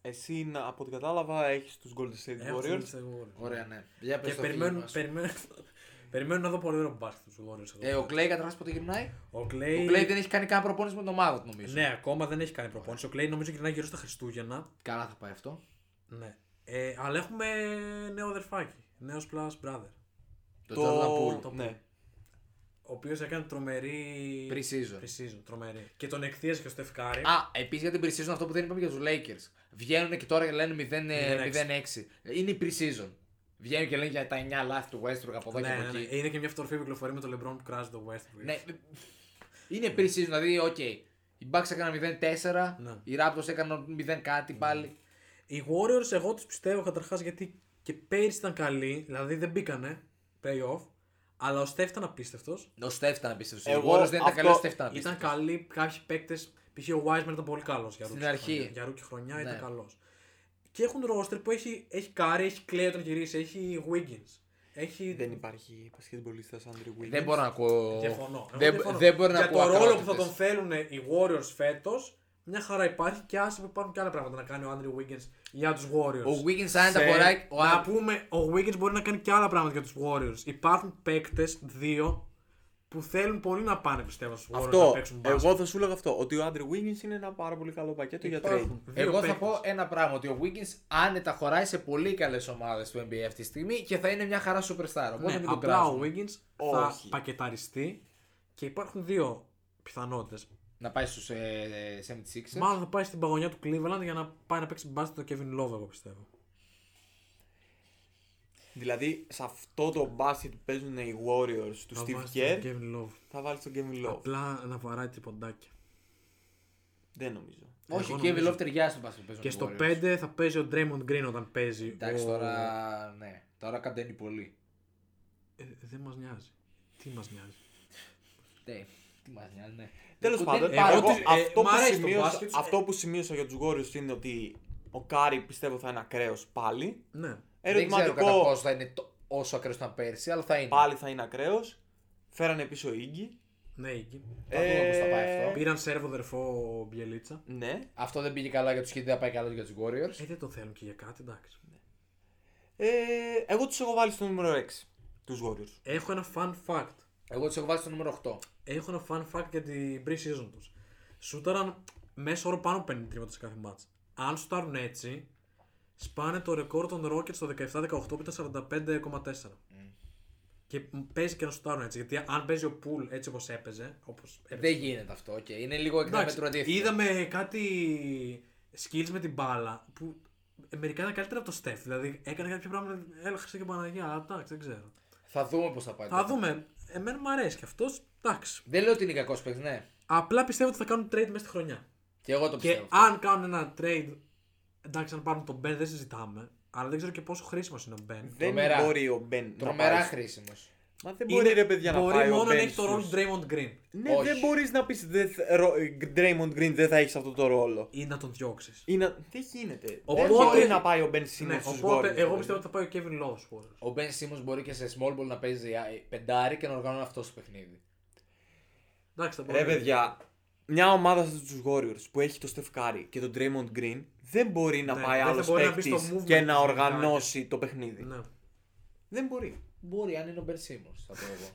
Speaker 5: Εσύ, να- από ό,τι κατάλαβα, έχεις τους Golden State
Speaker 3: Έχω
Speaker 5: Warriors.
Speaker 3: τους Warriors.
Speaker 4: Ωραία, ναι. Για πες
Speaker 3: Και
Speaker 4: το φίλο
Speaker 3: περιμένουν,
Speaker 4: μας.
Speaker 3: περιμένουν, περιμένουν να δω πολύ ωραίο μπάσκετ τους Warriors.
Speaker 4: Ε, ο Κλέη καταρχάς πότε γυρνάει.
Speaker 3: ο
Speaker 4: Ο
Speaker 3: Clay...
Speaker 4: Κλέη δεν έχει κάνει κανένα προπόνηση με την ομάδα του, νομίζω.
Speaker 3: Ε, Ναι, ακόμα δεν έχει κάνει προπόνηση. Ο Clay νομίζω γυρνάει γύρω στα Χριστούγεννα.
Speaker 4: Καλά θα πάει αυτό.
Speaker 3: Ναι. Ε, αλλά έχουμε νέο αδερφάκι. Νέος Plus Brother.
Speaker 4: Το Jordan Poole.
Speaker 5: Το...
Speaker 3: Poole.
Speaker 5: Ναι.
Speaker 3: Ο οποίος έκανε τρομερή.
Speaker 4: Pre-season.
Speaker 3: Pre-season, τρομερή. Και τον εκθίασε και ο Steph Curry.
Speaker 4: Α, επίσης για την pre-season αυτό που δεν είπαμε για τους Lakers. Βγαίνουν και τώρα και λένε 0, ε, 0-6. Είναι η pre-season. Βγαίνουν και λένε για τα 9 λάθη του Westbrook από εδώ
Speaker 3: ναι,
Speaker 4: και
Speaker 3: ναι,
Speaker 4: από
Speaker 3: ναι.
Speaker 4: εκεί.
Speaker 3: Είναι και μια φωτογραφία που κυκλοφορεί με τον LeBron που κράζει το Westbrook.
Speaker 4: Ναι. Είναι pre-season, δηλαδή, οκ. Οι Bucks έκαναν 0-4,
Speaker 3: Ναι.
Speaker 4: οι Raptors έκαναν 0 κάτι πάλι.
Speaker 3: Οι Warriors, εγώ τους πιστεύω καταρχάς γιατί και πέρυσι ήταν καλοί, δηλαδή δεν μπήκανε playoff. Αλλά ο Steph ήταν απίστευτος.
Speaker 4: Ο Steph ήταν απίστευτος.
Speaker 5: Εγώ
Speaker 4: Εγώ δεν ήταν
Speaker 5: αυτό-
Speaker 4: καλό, ο Steph ήταν
Speaker 3: Ήταν
Speaker 4: απίστευτος.
Speaker 3: καλοί κάποιοι παίκτες. Π.χ. ο Wiseman ήταν πολύ καλός για
Speaker 4: Στην
Speaker 3: ρούκι
Speaker 4: αρχή.
Speaker 3: χρονιά. Για ρούκι χρονιά ήταν
Speaker 4: Ναι.
Speaker 3: καλός. Και έχουν ρόστερ που έχει, έχει Curry, έχει Clay όταν γυρίσει, έχει Wiggins. Έχει...
Speaker 5: Δεν υπάρχει πασχετμπολίστα Άντρι
Speaker 3: Ε,
Speaker 5: Williams.
Speaker 4: Δεν μπορώ να ακούω.
Speaker 3: Διαφωνώ. Εγώ
Speaker 4: Δεν,
Speaker 3: διαφωνώ.
Speaker 4: δεν μπορώ να
Speaker 3: Για
Speaker 4: ακούω.
Speaker 3: το ρόλο που
Speaker 4: ακρότητες.
Speaker 3: θα τον θέλουν οι Warriors φέτος, μια χαρά υπάρχει και άσε που υπάρχουν και άλλα πράγματα να κάνει ο Άντρι Wiggins για τους Warriors.
Speaker 4: Ο Wiggins, αν
Speaker 3: Σε-
Speaker 4: τα χωράει. ο
Speaker 3: Να
Speaker 4: Α-
Speaker 3: πούμε, ο Wiggins μπορεί να κάνει και άλλα πράγματα για τους Warriors. Υπάρχουν παίκτες, δύο, που θέλουν πολύ να πάνε πιστεύω στους Warriors να
Speaker 5: Αυτό.
Speaker 3: παίξουν μπάσκετ.
Speaker 5: Εγώ θα σου λέγα αυτό. Ότι ο Άντρι Wiggins είναι ένα πάρα πολύ καλό πακέτο για trade.
Speaker 3: Υπάρχουν δύο
Speaker 4: Εγώ θα
Speaker 3: παίκτες.
Speaker 4: πω ένα πράγμα. Ότι ο Wiggins άνετα χωράει σε πολύ καλές ομάδες του NBA αυτή τη στιγμή και θα είναι μια χαρά superstar. Οπότε
Speaker 3: Ναι,
Speaker 4: μην τον
Speaker 3: απλά ο
Speaker 4: κράζουμε.
Speaker 3: Wiggins θα
Speaker 5: Όχι.
Speaker 3: πακεταριστεί και υπάρχουν δύο πιθανότητες.
Speaker 4: Να πάει στους ε, 76ers.
Speaker 3: Μάλλον θα πάει στην παγωνιά του Cleveland για να πάει να παίξει μπάσκετ το Kevin Love, εγώ πιστεύω.
Speaker 5: Δηλαδή σε αυτό το μπάσκετ που παίζουν οι Warriors του
Speaker 3: Θα
Speaker 5: Steve
Speaker 3: βάζει τον
Speaker 5: Kerr
Speaker 3: Kevin Love. Ε,
Speaker 5: θα βάλεις τον Kevin Love.
Speaker 3: Απλά να βαράει ποντάκια.
Speaker 5: Δεν νομίζω.
Speaker 4: Όχι,
Speaker 3: εγώ
Speaker 4: ο Kevin
Speaker 3: νομίζω-
Speaker 4: Love ταιριάζει στον πάση που παίζουν
Speaker 3: Και
Speaker 4: οι
Speaker 3: στο
Speaker 4: Warriors.
Speaker 3: 5 θα παίζει ο Draymond Green όταν παίζει.
Speaker 4: Εντάξει
Speaker 3: ο-
Speaker 4: τώρα, ναι. Τώρα καντένει πολύ.
Speaker 3: Ε, δεν μας νοιάζει. Τι μας νοιάζει.
Speaker 4: Ναι, τι μας νοιάζει, ναι.
Speaker 5: Τέλος
Speaker 4: Ούτε
Speaker 5: πάντων,
Speaker 4: πάρα-
Speaker 5: εγώ,
Speaker 3: τις- ε,
Speaker 5: αυτό,
Speaker 3: μ'
Speaker 5: που
Speaker 3: αρέσει το
Speaker 5: σημείωσα,
Speaker 3: μπάσκετ. ε.
Speaker 5: αυτό που σημείωσα για τους Warriors είναι ότι ο Κάρι πιστεύω θα είναι ακραίος πάλι.
Speaker 3: Ναι.
Speaker 4: Δεν ξέρω κατά
Speaker 5: Ερωτηματικό
Speaker 4: πόσο θα είναι το- όσο ακραίος ήταν πέρσι, αλλά θα είναι.
Speaker 5: πάλι θα είναι ακραίος. Φέρανε πίσω Ίγκη.
Speaker 3: Ναι, εκεί.
Speaker 4: Θα δούμε πώς θα πάει αυτό.
Speaker 3: Πήραν σερβο δερφό Μπιελίτσα.
Speaker 5: Ναι.
Speaker 4: Αυτό δεν πήγε καλά για τους Χίτ, δεν θα πάει καλά για τους Warriors.
Speaker 3: Ε, δεν το θέλουν και για κάτι, εντάξει.
Speaker 4: Ναι.
Speaker 5: Ε, εγώ τους έχω βάλει στο νούμερο 6 τους Warriors.
Speaker 3: Έχω ένα fun fact.
Speaker 4: Εγώ τους έχω βάλει στο νούμερο 8.
Speaker 3: Έχω ένα fun fact για την pre-season τους. Σούταραν μέσω όρο πάνω από 50 τρίματα σε κάθε μάτς. Αν σουτάρουν έτσι, σπάνε το ρεκόρ των Rockets το 17-18 που ήταν 45,4. Και παίζει και να σουτάρουν έτσι. Γιατί αν παίζει ο Πουλ έτσι όπως έπαιζε, όπως έπαιζε
Speaker 4: Δεν γίνεται αυτό, okay. είναι λίγο εκ
Speaker 3: Ε, Εντάξει,
Speaker 4: μέτρου αντίθετο.
Speaker 3: Είδαμε κάτι skills με την μπάλα που μερικά ήταν καλύτερα από το Steph. Δηλαδή έκανε κάποια πράγματα, έλαχασε και Παναγία, αλλά εντάξει, δεν ξέρω.
Speaker 4: Θα δούμε πώς θα πάει.
Speaker 3: Θα δούμε. Εμένα μου αρέσει και αυτός. Εντάξει.
Speaker 4: Δεν λέω ότι είναι κακός παίκτης, ναι.
Speaker 3: Απλά πιστεύω ότι θα κάνουν trade μέσα στη χρονιά.
Speaker 4: Και εγώ το
Speaker 3: Και
Speaker 4: πιστεύω. αυτό.
Speaker 3: αν κάνουν ένα trade. Εντάξει, αν πάρουν τον Ben δεν συζητάμε. Αλλά δεν ξέρω και πόσο χρήσιμος είναι ο Ben.
Speaker 5: Δεν
Speaker 4: Τρομερά.
Speaker 5: μπορεί ο Μπεν να
Speaker 4: Τρομερά
Speaker 5: πάει.
Speaker 4: χρήσιμος.
Speaker 5: Μα δεν
Speaker 3: Είναι-
Speaker 5: μπορεί ρε παιδιά να
Speaker 3: μπορεί
Speaker 5: πάει ο
Speaker 3: μόνο να
Speaker 5: Μπεν
Speaker 3: έχει το ρόλο τους
Speaker 5: στους-
Speaker 3: Draymond Green
Speaker 5: Ναι,
Speaker 4: Όχι.
Speaker 5: δεν μπορείς να πεις Draymond Green δεν θα έχεις αυτό το ρόλο.
Speaker 3: ή να τον διώξεις.
Speaker 5: Ή να... Δεν γίνεται.
Speaker 3: Οπότε-
Speaker 5: Δεν μπορεί να πάει ο Μπεν
Speaker 3: Ναι,
Speaker 5: Simmons στους
Speaker 3: οπότε
Speaker 5: Warriors,
Speaker 3: εγώ
Speaker 5: ρε
Speaker 3: πιστεύω ότι θα πάει ο Kevin Love στους Warriors.
Speaker 4: Ο Μπεν Σίμω μπορεί και σε small ball να παίζει α, ε, πεντάρι και να οργανώνει αυτό το παιχνίδι.
Speaker 3: Εντάξει, θα μπορεί.
Speaker 5: Ρε παιδιά, μια ομάδα σαν τους Warriors που έχει το Steph Curry και τον Draymond Green δεν μπορεί να
Speaker 3: Ναι,
Speaker 5: πάει
Speaker 3: δεν θα
Speaker 5: άλλος
Speaker 3: μπορεί να μπει
Speaker 5: παίκτης
Speaker 3: στο movement
Speaker 5: και
Speaker 3: της
Speaker 5: να
Speaker 3: ομάδας.
Speaker 5: οργανώσει το παιχνίδι.
Speaker 3: Ναι.
Speaker 5: Δεν μπορεί.
Speaker 4: Μπορεί αν είναι ο Μπεν Σίμω, θα πω εγώ.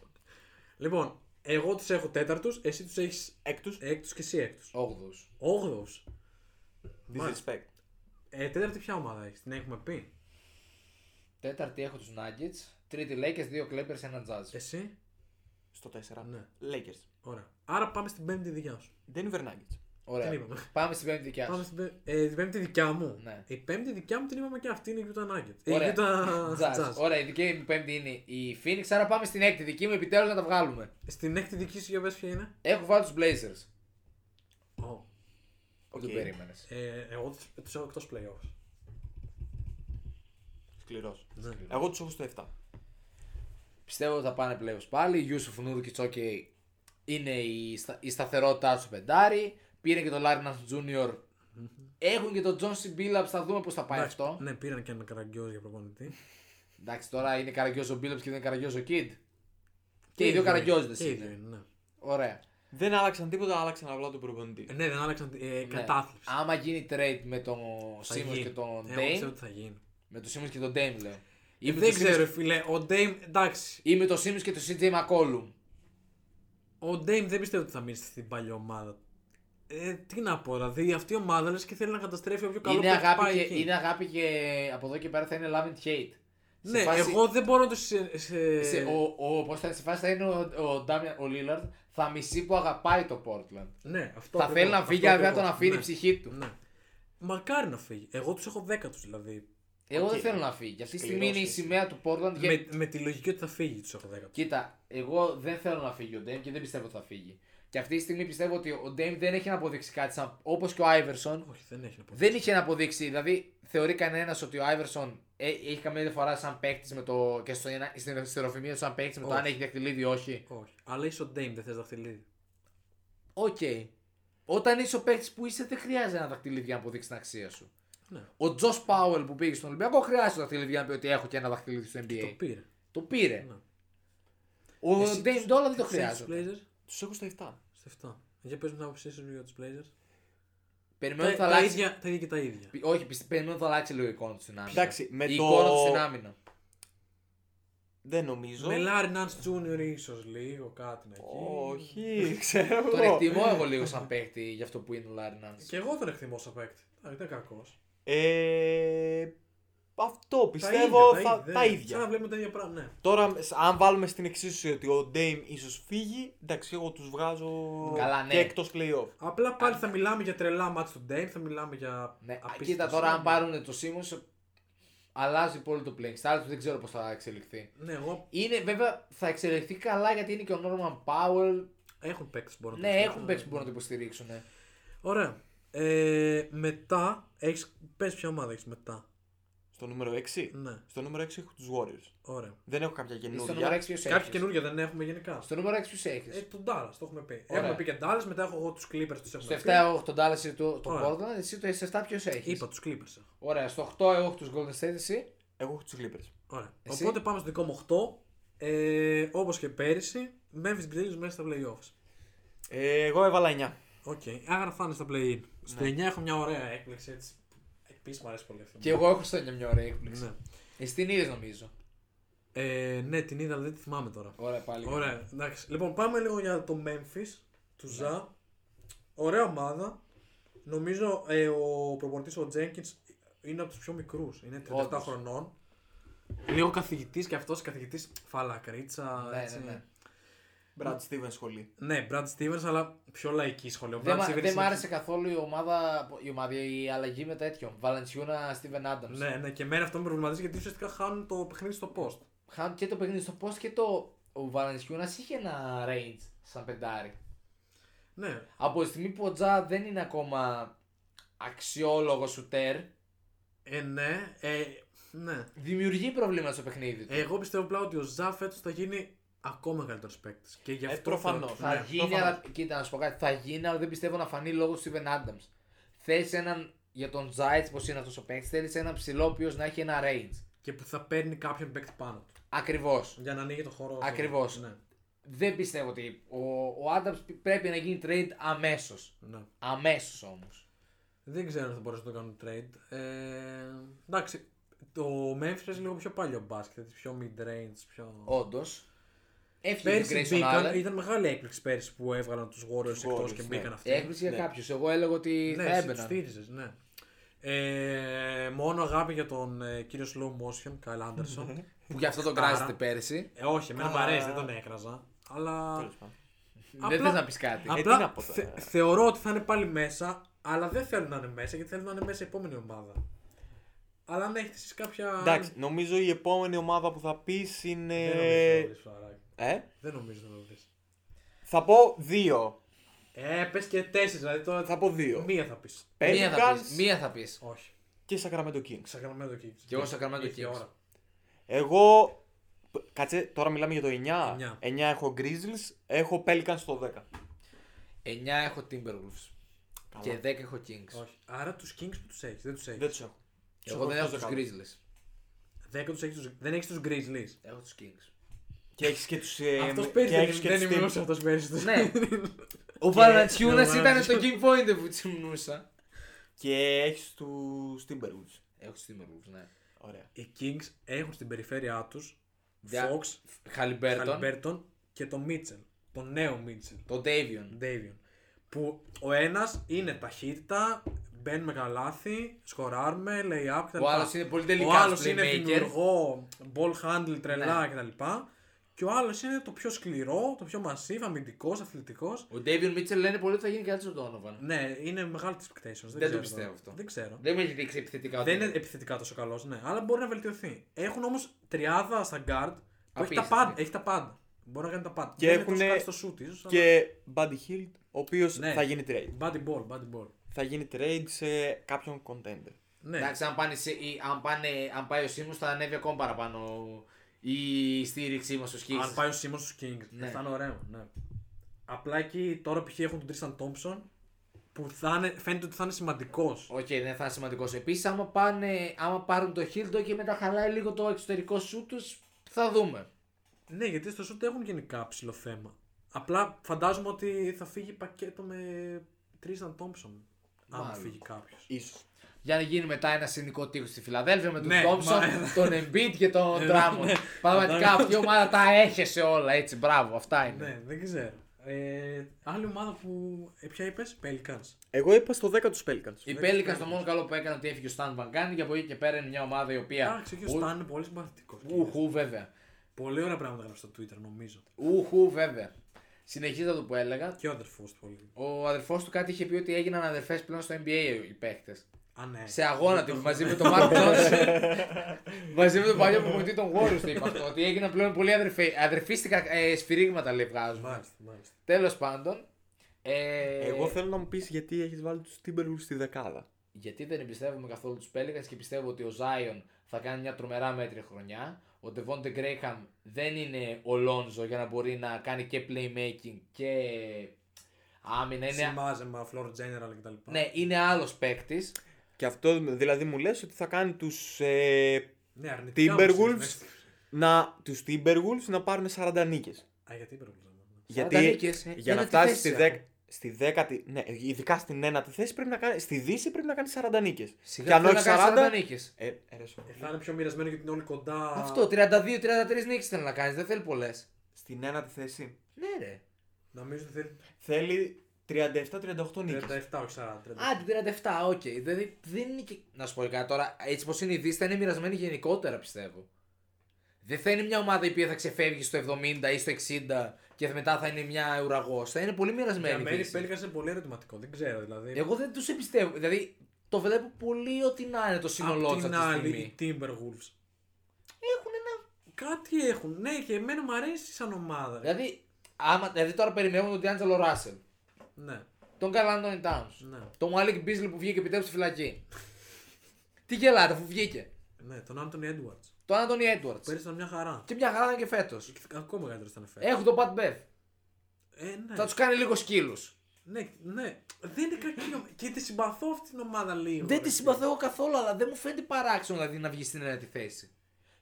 Speaker 3: Λοιπόν, εγώ τους έχω τέταρτους, εσύ τους έχεις
Speaker 5: Έκτους,
Speaker 3: έκτους και εσύ έκτους.
Speaker 4: Όγδους.
Speaker 3: Όγδοο.
Speaker 5: disrespect.
Speaker 3: Ε, τέταρτη ποια ομάδα έχεις, την έχουμε πει.
Speaker 4: Τέταρτη έχω τους Nuggets. Τρίτη Lakers, δύο Clippers, ένα Jazz.
Speaker 3: Εσύ.
Speaker 5: Στο 4.
Speaker 3: Ναι.
Speaker 5: Lakers.
Speaker 3: Ωραία. Άρα πάμε στην πέμπτη δικιά σου.
Speaker 5: Denver Nuggets.
Speaker 4: Ωραία.
Speaker 3: την είπαμε.
Speaker 4: Πάμε στην πέμπτη δικιά
Speaker 3: Πάμε
Speaker 4: σου.
Speaker 3: στην πέ- ε, την πέμπτη δικιά μου.
Speaker 4: Ναι.
Speaker 3: Η πέμπτη δικιά μου την είπαμε και αυτή είναι η Utah Nuggets. Ε,
Speaker 4: Ωραία.
Speaker 3: Η Utah
Speaker 4: Jazz.
Speaker 3: Jazz.
Speaker 4: Ωραία, η δική μου πέμπτη είναι η Phoenix, άρα πάμε στην έκτη δική μου επιτέλους να τα βγάλουμε.
Speaker 3: Στην έκτη δική σου για πες ποια είναι.
Speaker 4: Έχω βάλει τους Blazers.
Speaker 3: Ω.
Speaker 5: Οκ.
Speaker 4: Δεν περίμενες.
Speaker 3: Ε, εγώ τους- τους έχω εκτός playoffs.
Speaker 5: Σκληρός.
Speaker 3: Ναι.
Speaker 5: Εγώ τους έχω στο 7.
Speaker 4: Πιστεύω ότι θα πάνε πλέον πάλι. Ιούσουφ Νούδου και Τσόκι είναι η, στα, η σταθερότητά του πεντάρι. Πήρε και τον Λάρνα Τζούνιορ. Έχουν και τον Τζον Σιμπίλαπ. Θα δούμε πώς θα πάει
Speaker 3: Εντάξει,
Speaker 4: αυτό.
Speaker 3: Ναι, πήραν και έναν καραγκιόζ για προπονητή.
Speaker 4: Εντάξει, τώρα είναι καραγκιόζο ο Μπίλαπ και δεν είναι καραγκιόζο ο Κιντ. Και οι
Speaker 3: οι
Speaker 4: δύο καραγκιόζηδε
Speaker 3: Και οι δύο
Speaker 4: είναι.
Speaker 3: είναι, ναι.
Speaker 4: Ωραία.
Speaker 5: Δεν άλλαξαν τίποτα, άλλαξαν απλά τον προπονητή.
Speaker 3: Ε, Ναι, δεν άλλαξαν ε,
Speaker 4: Ναι.
Speaker 3: κατάθλιψη.
Speaker 4: Άμα γίνει trade με τον
Speaker 3: Θα
Speaker 4: Σίμω
Speaker 3: γίνει.
Speaker 4: και τον
Speaker 3: Ε, Εγώ ξέρω
Speaker 4: Ντέιμ.
Speaker 3: ότι θα γίνει.
Speaker 4: Με τον Σίμω και τον Ντέιμ λέω. Ή
Speaker 3: Ε,
Speaker 4: με
Speaker 3: Δεν
Speaker 4: τον Simmons-
Speaker 3: ξέρω, φίλε. Ο Ντέιμ, εντάξει.
Speaker 4: Ή με τον Σίμω και τον CJ McCollum.
Speaker 3: Ο Ντέιμ δεν πιστεύω ότι θα μείνει στην παλιά ομάδα. Ε, τι να πω, δηλαδή αυτή η ομάδα λες και θέλει να καταστρέφει όποιο καλό
Speaker 4: Είναι
Speaker 3: παίκτη πάει
Speaker 4: αγάπη, και,
Speaker 3: εκεί.
Speaker 4: είναι αγάπη και από εδώ και πέρα θα είναι love and hate. Σε
Speaker 3: Ναι,
Speaker 4: φάση-
Speaker 3: εγώ δεν μπορώ να το σε, σε...
Speaker 4: Σε, ο, ο, πώς θα είναι στη φάση θα είναι ο, ο Damian- ο Lillard θα μισεί που αγαπάει το Portland.
Speaker 3: Ναι, αυτό
Speaker 4: θα
Speaker 3: ακριβώς,
Speaker 4: θέλει να
Speaker 3: αυτό
Speaker 4: φύγει, αλλά δεν
Speaker 3: ακριβώς.
Speaker 4: τον αφήνει η
Speaker 3: Ναι,
Speaker 4: ψυχή του.
Speaker 3: Ναι. Μακάρι να φύγει. Εγώ τους έχω δέκατους δηλαδή.
Speaker 4: Εγώ δεν
Speaker 5: Οκ.
Speaker 4: θέλω να φύγει. Αυτή τη στιγμή
Speaker 5: Σκληρός
Speaker 4: είναι η
Speaker 5: και εσύ.
Speaker 4: σημαία του Portland. για-
Speaker 3: Με, με τη λογική ότι θα φύγει τους έχω δέκατους.
Speaker 4: Κοίτα, εγώ δεν θέλω να φύγει ο Dame και δεν πιστεύω ότι θα φύγει. Και αυτή τη στιγμή πιστεύω ότι ο Dame δεν έχει να αποδείξει κάτι σαν... όπως και ο Iverson.
Speaker 3: Όχι, δεν έχει να πω.
Speaker 4: Δεν είχε να αποδείξει, δηλαδή θεωρεί κανένας ότι ο Iverson ε, έχει καμία διαφορά σαν παίκτης με το. και στο, ένα- στην ιστεροφημία του σαν παίκτης με το
Speaker 3: Όχι.
Speaker 4: αν έχει δαχτυλίδι ή όχι.
Speaker 3: Όχι. Αλλά είσαι ο Ντέιμ, δεν θες δαχτυλίδι.
Speaker 4: Οκ. Όταν είσαι ο παίκτης που είσαι, δεν χρειάζεται ένα δαχτυλίδι για να αποδείξει την αξία σου.
Speaker 3: Ναι.
Speaker 4: Ο Τζος Πάουελ που πήγε στον Ολυμπιακό χρειάζεται το δαχτυλίδι για να πει ότι έχω και ένα δαχτυλίδι στο NBA.
Speaker 3: Το πήρε.
Speaker 4: Το πήρε.
Speaker 3: Ναι.
Speaker 5: Ο
Speaker 4: Ο Ντέιμ Ντόλα δεν το χρειάζεται.
Speaker 3: Blazers
Speaker 5: Τους έχω στα 7.
Speaker 3: στα 7. Για παίζουν την άποψή σου για τους Blazers.
Speaker 4: Περιμένω
Speaker 3: Τα,
Speaker 4: ότι θα
Speaker 3: τα,
Speaker 4: αλλάξει.
Speaker 3: ίδια, τα ίδια και τα ίδια.
Speaker 4: Πι- Όχι, πιστε- περιμένω ότι θα αλλάξει λίγο η εικόνα του στην άμυνα.
Speaker 5: Εντάξει, με
Speaker 4: η
Speaker 5: το-
Speaker 4: εικόνα του στην άμυνα.
Speaker 5: Δεν νομίζω.
Speaker 3: Με Larry Nance Jr. ίσως λίγο κάτι να γίνει. Ε,
Speaker 5: Όχι, ξέρω
Speaker 4: Τον
Speaker 5: εγώ.
Speaker 4: εκτιμώ εγώ λίγο σαν παίκτη για αυτό που είναι ο Λάρι Νάντς.
Speaker 3: Και εγώ τον εκτιμώ σαν παίκτη. Α, Ήταν κακός.
Speaker 5: Ε, αυτό
Speaker 3: Τα
Speaker 5: πιστεύω
Speaker 3: ίδια,
Speaker 5: θα- τα ίδια.
Speaker 3: Σαν να βλέπουμε τα ίδια πράγματα. Ναι.
Speaker 5: Τώρα, σ- αν βάλουμε στην εξίσωση ότι ο Ντέιμ ίσως φύγει, εντάξει, εγώ τους βγάζω
Speaker 4: Καλά, ναι.
Speaker 5: και εκτός playoff.
Speaker 3: Απλά πάλι θα μιλάμε για τρελά μάτς του Dame, θα μιλάμε για.
Speaker 4: Ναι,
Speaker 3: απίστευτο
Speaker 4: κοίτα τώρα, αν
Speaker 3: σύνολο.
Speaker 4: πάρουν το Σίμον, αλλάζει πολύ το playing style τους. Δεν ξέρω πώς θα εξελιχθεί.
Speaker 3: Ναι, εγώ
Speaker 4: Είναι βέβαια θα εξελιχθεί καλά γιατί είναι και ο Norman Powell.
Speaker 3: έχουν παίξει μπορώ να το
Speaker 4: Ναι,
Speaker 3: πιστέψω.
Speaker 4: έχουν παίξει που μπορούν να το υποστηρίξουν. ναι.
Speaker 3: Ωραία. Ε, μετά, έχεις, πες ποια ομάδα έχεις μετά.
Speaker 5: Στο νούμερο 6.
Speaker 3: Ναι,
Speaker 5: Στο νούμερο 6 έχω τους Warriors.
Speaker 3: ωραία.
Speaker 5: Δεν έχω κάποια
Speaker 4: Στο νούμερο 6
Speaker 5: καινούργια.
Speaker 4: ποιο έχει.
Speaker 3: Κάποια καινούργια δεν έχουμε γενικά.
Speaker 4: Στο νούμερο 6 ποιο
Speaker 3: Ε,
Speaker 4: έχει.
Speaker 3: τον Dallas, το έχουμε πει.
Speaker 4: Ωραία.
Speaker 3: Έχουμε πει και Dallas, μετά έχω εγώ τους Clippers, τους
Speaker 4: Στο
Speaker 3: έχουμε
Speaker 4: 7 έχω τον Dallas ή το τον
Speaker 3: ε, Ωραία.
Speaker 4: Portland, εσύ το 7 ποιο
Speaker 3: πει.
Speaker 4: έχεις.
Speaker 3: Είπα τους Clippers. έχω.
Speaker 4: Ωραία, στο 8 έχω τους Golden State εσύ.
Speaker 5: Εγώ έχω τους Clippers.
Speaker 3: Ωραία.
Speaker 4: Εσύ?
Speaker 3: Οπότε πάμε στο δικό μου 8. Ε, όπως και πέρυσι, Memphis Grizzlies μέσα στα playoffs.
Speaker 5: Ε, εγώ έβαλα 9.
Speaker 3: Οκ, άρα θα είναι στα play-in. Στο 9 έχω μια ωραία έκπληξη έτσι. Επίσης μου αρέσει πολύ αυτή.
Speaker 4: Ναι. Και εγώ έχω στο 9 μια ωραία έκπληξη.
Speaker 3: Ναι.
Speaker 4: Εσύ την είδες νομίζω.
Speaker 3: Ε, ναι, την είδα, αλλά δεν τη θυμάμαι τώρα.
Speaker 4: Ωραία πάλι.
Speaker 3: Ωραία, εντάξει. Λοιπόν, πάμε λίγο για το Memphis του
Speaker 4: Ναι.
Speaker 3: Ζα. Ωραία ομάδα. Νομίζω ε, ο προπονητής ο Jenkins είναι από τους πιο μικρούς. Είναι 37
Speaker 4: Όντως.
Speaker 3: χρονών. Λίγο καθηγητής και αυτός καθηγητής φαλακρίτσα.
Speaker 4: Ναι,
Speaker 3: έτσι.
Speaker 4: ναι, ναι.
Speaker 5: Brad Stevens σχολή.
Speaker 3: Ναι, Brad Stevens, αλλά πιο λαϊκή σχολή. Ο
Speaker 4: Δεν
Speaker 3: Brad
Speaker 4: μα-
Speaker 3: Stevens
Speaker 4: Δεν μ'
Speaker 3: είναι-
Speaker 4: άρεσε καθόλου η ομάδα, η, ομάδα, η αλλαγή με τέτοιο. Βαλαντσιούνα, Steven Adams.
Speaker 3: Ναι, ναι, και εμένα αυτό με προβληματίζει γιατί ουσιαστικά χάνουν το παιχνίδι στο post.
Speaker 4: Χάνουν και το παιχνίδι στο post και το. Ο Βαλαντσιούνα είχε ένα range σαν πεντάρι.
Speaker 3: Ναι,
Speaker 4: Από τη στιγμή που ο Τζα δεν είναι ακόμα αξιόλογος σουτέρ,
Speaker 3: ε, ναι, ε, ναι.
Speaker 4: δημιουργεί προβλήματα στο παιχνίδι του.
Speaker 3: Εγώ πιστεύω απλά ότι ο Ζα φέτος θα γίνει ακόμα καλύτερος παίκτης. Και γι'
Speaker 5: Ε,
Speaker 3: αυτό.
Speaker 5: προφανώς.
Speaker 3: θεωρώ-
Speaker 4: θα
Speaker 3: ναι.
Speaker 4: γίνει, αλλά. Κοίτα, να σου πω κάτι. Θα γίνει, αλλά δεν πιστεύω να φανεί λόγω του Steven Adams. Θε έναν. Για τον Τζα, έτσι πώς είναι αυτός ο παίκτης, θέλεις έναν ψηλό ο οποίος να έχει ένα range.
Speaker 3: Και που θα παίρνει κάποιον παίκτη πάνω του.
Speaker 4: Ακριβώς.
Speaker 3: Για να ανοίγει το χώρο.
Speaker 4: Ακριβώς.
Speaker 3: Ναι.
Speaker 4: Δεν πιστεύω ότι. Ο, ο Adams πρέπει να γίνει trade αμέσως.
Speaker 3: ναι.
Speaker 4: Αμέσως όμως.
Speaker 3: Δεν ξέρω αν θα μπορέσουν να το κάνουν trade. Ε, εντάξει. Το Memphis παίζει λίγο πιο παλιό μπάσκετ, πιο mid-range, πιο.
Speaker 4: Όντως. Έφυγε ο
Speaker 3: Πέρσι
Speaker 4: Grayson
Speaker 3: μπήκαν,
Speaker 4: Allen.
Speaker 3: ήταν μεγάλη έκπληξη πέρσι που έβγαλαν τους Warriors
Speaker 5: Τους
Speaker 3: εκτός
Speaker 5: Warriors,
Speaker 3: και
Speaker 5: ναι.
Speaker 3: μπήκαν αυτοί.
Speaker 4: Έκπληξη για κάποιους. Εγώ έλεγα ότι θα
Speaker 3: Ναι,
Speaker 4: έμπαιναν.
Speaker 3: στήριζες, ναι. Ε, μόνο αγάπη για τον ε, κύριο Slow Motion, Kyle Anderson.
Speaker 4: Που γι' αυτό τον
Speaker 3: Άρα.
Speaker 4: κράζετε πέρσι.
Speaker 3: Ε, όχι, εμένα μου
Speaker 5: Καλά.
Speaker 3: αρέσει, δεν τον έκραζα. Αλλά.
Speaker 5: Τέλος πάντων.
Speaker 4: Δεν
Speaker 3: Απλά-
Speaker 4: θες να πεις κάτι.
Speaker 5: Α-
Speaker 3: Απλά
Speaker 5: τι Ε, να πω τώρα.
Speaker 3: θε- θεωρώ ότι θα είναι πάλι μέσα, αλλά δεν θέλουν να είναι μέσα γιατί θέλουν να είναι μέσα η επόμενη ομάδα. Αλλά αν έχετε εσεί κάποια.
Speaker 5: Εντάξει, νομίζω η επόμενη ομάδα που θα πεις είναι.
Speaker 3: Δεν νομίζω να το δεις, Φαράκη.
Speaker 5: Ε?
Speaker 3: Δεν νομίζω να το δεις.
Speaker 5: Θα πω δύο.
Speaker 3: Ε, πες και τέσσερις, δηλαδή τώρα.
Speaker 5: Θα πω δύο.
Speaker 3: Μία θα πεις.
Speaker 4: Μία θα
Speaker 5: Pelicans
Speaker 4: πεις. Μία θα πεις.
Speaker 3: Όχι.
Speaker 5: και Sacramento Kings.
Speaker 3: Σακραμέντο Kings.
Speaker 4: Κι εγώ Sacramento
Speaker 3: Ήρθε η
Speaker 4: Kings.
Speaker 3: ώρα.
Speaker 5: Εγώ. Κάτσε, τώρα μιλάμε για το 9.
Speaker 3: Εννιά.
Speaker 5: 9 έχω Grizzlies, έχω Pelicans στο 10.
Speaker 4: 9 έχω Timberwolves.
Speaker 5: Καλά.
Speaker 4: Και 10 έχω Kings.
Speaker 3: Όχι. Άρα τους Kings που τους έχεις, δεν τους
Speaker 5: Δεν
Speaker 3: έχει.
Speaker 5: τους έχω.
Speaker 4: Εγώ δεν
Speaker 5: Τους
Speaker 4: έχω του
Speaker 5: δεκάδες.
Speaker 4: Grizzlies.
Speaker 3: Δέκα τους έχεις τους- Δεν έχεις τους Grizzlies.
Speaker 4: Έχω τους Kings.
Speaker 5: Και έχεις και τους. Ε,
Speaker 3: Αυτός
Speaker 5: και
Speaker 3: πέρυσι
Speaker 5: έχεις και
Speaker 3: δεν
Speaker 5: τους
Speaker 3: είναι
Speaker 5: Timberwolves.
Speaker 3: αυτό πέρυσι.
Speaker 4: Ναι. Ο
Speaker 3: Valanciunas
Speaker 4: Βαλαντσιούνα ήταν στο King Point που τσιμνούσα.
Speaker 5: Και έχεις τους Timberwolves.
Speaker 4: Έχω τους Timberwolves, ναι.
Speaker 5: Ωραία.
Speaker 3: Οι Kings έχουν στην περιφέρειά τους
Speaker 4: Δια-
Speaker 3: Fox,
Speaker 4: Χαλιμπέρτον.
Speaker 3: Χαλμπέρτον και τον Μίτσελ. Τον νέο Μίτσελ.
Speaker 4: Το Davion.
Speaker 3: Ντέιβιον. Που ο ένας είναι ταχύτητα, μπαίνουμε καλάθι, σκοράρουμε, lay-up κτλ.
Speaker 4: Ο άλλος είναι πολύ τελικά
Speaker 3: Ο άλλο είναι
Speaker 4: playmaker.
Speaker 3: δημιουργό, ball handle, τρελά
Speaker 4: Ναι.
Speaker 3: κτλ. Και ο άλλος είναι το πιο σκληρό, το πιο massive, αμυντικός, αθλητικός.
Speaker 4: Ο Davion Mitchell λένε πολύ ότι θα γίνει κάτι στον Donovan.
Speaker 3: Ναι, είναι μεγάλη της expectations. Δεν,
Speaker 4: το
Speaker 3: ξέρω
Speaker 4: πιστεύω
Speaker 3: τώρα.
Speaker 4: αυτό.
Speaker 3: Δεν ξέρω.
Speaker 4: Δεν με έχει δείξει επιθετικά.
Speaker 3: Δεν
Speaker 4: ότι-
Speaker 3: είναι επιθετικά τόσο καλός, ναι, αλλά μπορεί να βελτιωθεί. Έχουν όμως τριάδα στα guard που έχει τα,
Speaker 4: Απίστευτη.
Speaker 3: πάντα, έχει τα πάντα. Μπορεί να κάνει τα πάντα.
Speaker 5: Και
Speaker 3: Δεν είναι
Speaker 5: έχουνε
Speaker 3: τόσο καλή στο shoot, ίσως, αλλά-
Speaker 5: Και Buddy Hield, ο οποίος
Speaker 3: Ναι.
Speaker 5: θα γίνει trade.
Speaker 3: Body ball, body ball.
Speaker 5: Θα γίνει trade σε κάποιον contender.
Speaker 3: Ναι.
Speaker 4: Εντάξει, αν, πάνε, σε- ή- αν, πάνε, αν πάει ο Σίμου θα ανέβει ακόμα παραπάνω η στήριξή μας στους Kings.
Speaker 3: Αν πάει ο Σίμον στους Kings,
Speaker 4: Ναι.
Speaker 3: θα είναι ωραίο. Ναι. Απλά εκεί τώρα π.χ. έχουν τον Τρίσταν Τόμψον που θα είναι, φαίνεται ότι θα είναι σημαντικός.
Speaker 4: Οκ, ναι, θα είναι σημαντικός. Επίσης, άμα, πάνε, άμα πάρουν το Χίλντο και μετά χαλάει λίγο το εξωτερικό σου τους, Θα δούμε.
Speaker 3: Ναι, γιατί στο σουτ έχουν γενικά ψηλό θέμα. Απλά φαντάζομαι ότι θα φύγει πακέτο με Τρίσταν Τόμψον. Αν
Speaker 4: Μάλλον.
Speaker 3: φύγει κάποιος.
Speaker 5: Ίσως.
Speaker 4: Για να γίνει μετά ένα συνικό τείχο στη Φιλαδέλφια με τον
Speaker 3: Ναι,
Speaker 4: Τόμψον,
Speaker 3: μα-
Speaker 4: τον Embiid και τον
Speaker 3: Ναι,
Speaker 4: Ντράμον.
Speaker 3: ναι.
Speaker 4: Πραγματικά αυτή η ομάδα τα έχεσε όλα έτσι. Μπράβο, αυτά είναι.
Speaker 3: Ναι, δεν ξέρω. Ε, άλλη ομάδα που. Ε, ποια είπες, Pelicans.
Speaker 5: Εγώ είπα στο 10 του Pelicans.
Speaker 4: Η
Speaker 3: δεν
Speaker 4: Πέλικα
Speaker 3: ξέρω.
Speaker 4: το μόνο καλό που έκανε ότι έφυγε ο Σταν Βαγκάνη και από εκεί και πέρα είναι μια ομάδα η οποία.
Speaker 3: Εντάξει, και ο
Speaker 4: Ου-
Speaker 3: Σταν είναι πολύ συμπαθητικό.
Speaker 4: Ουχού, βέβαια.
Speaker 3: Πολύ ωραία πράγματα έγραψε στο Twitter, νομίζω.
Speaker 4: Ουχού, βέβαια. Συνεχίζοντα το που έλεγα,
Speaker 3: Και ο αδερφός του πολύ.
Speaker 4: ο αδερφός του κάτι είχε πει ότι έγιναν αδερφές πλέον στο NBA οι παίχτε.
Speaker 3: Α, ναι.
Speaker 4: Σε αγώνα τύπου μαζί με τον Μάρκ Τζόνσον. μαζί με τον παλιό προπονητή των Warriors το είπα αυτό. Ότι έγιναν πλέον πολύ αδερφέ, αδερφίστικα ε, σφυρίγματα λέει βγάζουν.
Speaker 3: Μάλιστα, μάλιστα.
Speaker 4: Τέλος πάντων. Ε,
Speaker 5: Εγώ θέλω να μου πεις γιατί έχεις βάλει τους Timberwolves στη δεκάδα.
Speaker 4: Γιατί δεν εμπιστεύομαι καθόλου τους Pelicans και πιστεύω ότι ο Zion θα κάνει μια τρομερά μέτρη χρονιά. Ο Devonte Graham δεν είναι ο Λόνζο για να μπορεί να κάνει και playmaking και άμυνα. Είναι,
Speaker 3: Συμμάζεμα, Floor General κτλ.
Speaker 4: Ε, ναι, είναι άλλος παίκτης.
Speaker 5: Και αυτό δηλαδή μου λες ότι θα κάνει τους ε,
Speaker 3: ναι αρνητικά. όμως είναι,
Speaker 5: Timberwolves να, τους Timberwolves να πάρουν 40 νίκες.
Speaker 3: ναι. Α, γιατί Timberwolves. ναι.
Speaker 5: Γιατί
Speaker 4: νίκες, ε,
Speaker 5: για να
Speaker 4: ένατη
Speaker 5: φτάσει
Speaker 4: θέση
Speaker 5: στη,
Speaker 4: έχουν.
Speaker 5: δέκα- στη δέκατη, ναι, ειδικά στην ένατη θέση πρέπει να κάνει, στη Δύση πρέπει να κάνει 40 νίκες.
Speaker 4: Σιγά θέλω να κάνει 40 νίκες.
Speaker 5: Ε, ε, ρε, σου.
Speaker 3: Ε, θα είναι πιο μοιρασμένο γιατί είναι όλοι κοντά.
Speaker 4: Αυτό, 32-33 νίκες θέλει να κάνεις, δεν θέλει πολλές.
Speaker 5: Στην ένατη θέση
Speaker 4: Ναι, ρε.
Speaker 3: Νομίζω ότι θέλει
Speaker 5: θέλει 37-38 νίκες.
Speaker 3: 37, όχι 40. 30.
Speaker 4: Άντε, 37, οκ. Δηλαδή δεν είναι και. Να σου πω κάτι τώρα, έτσι πω είναι η Δύση, θα είναι μοιρασμένη γενικότερα πιστεύω. Δεν θα είναι μια ομάδα η οποία θα ξεφεύγει στο 70 ή στο 60 και μετά θα είναι μια ουραγός. Θα είναι πολύ
Speaker 3: Για
Speaker 4: μοιρασμένη. η
Speaker 3: μένα η
Speaker 4: Δύση.
Speaker 3: Pelicans είναι πολύ ερωτηματικό. Δεν ξέρω δηλαδή.
Speaker 4: Εγώ δεν τους εμπιστεύω. Δηλαδή το βλέπω πολύ ότι να είναι το σύνολό
Speaker 3: Απ'
Speaker 4: τους
Speaker 3: την
Speaker 4: αυτή τη
Speaker 3: άλλη, οι
Speaker 4: στιγμή.
Speaker 3: Timberwolves. Έχουν ένα. Κάτι έχουν. Ναι, και εμένα μου αρέσει σαν ομάδα. ρε.
Speaker 4: Δηλαδή, άμα, δηλαδή τώρα περιμένουμε τον Τιάντζελο Ράσελ,
Speaker 3: Ναι,
Speaker 4: τον Καλάντον Τάουν,
Speaker 3: ναι.
Speaker 4: τον Μουάλικ Μπίζλι που βγήκε επιτέλους στη φυλακή. Τι γελάτε αφού βγήκε.
Speaker 3: Ναι, τον Anthony Edwards.
Speaker 4: Τον Άντωνι Έντουαρτ.
Speaker 3: Πέρυσι ήταν μια χαρά.
Speaker 4: Και μια χαρά ήταν και φέτος.
Speaker 3: Ακόμα μεγαλύτερο ήταν φέτος.
Speaker 4: Έχουν τον Πατ Μπεφ.
Speaker 3: Ε, ναι.
Speaker 4: Θα τους κάνει λίγο σκύλους.
Speaker 3: ναι, ναι. Δεν είναι κακή ομάδα. Και τη συμπαθώ αυτή την ομάδα λίγο.
Speaker 4: Δεν
Speaker 3: ρε.
Speaker 4: τη συμπαθώ εγώ καθόλου, αλλά δεν μου φαίνεται παράξενο δηλαδή, να βγει στην ένατη θέση.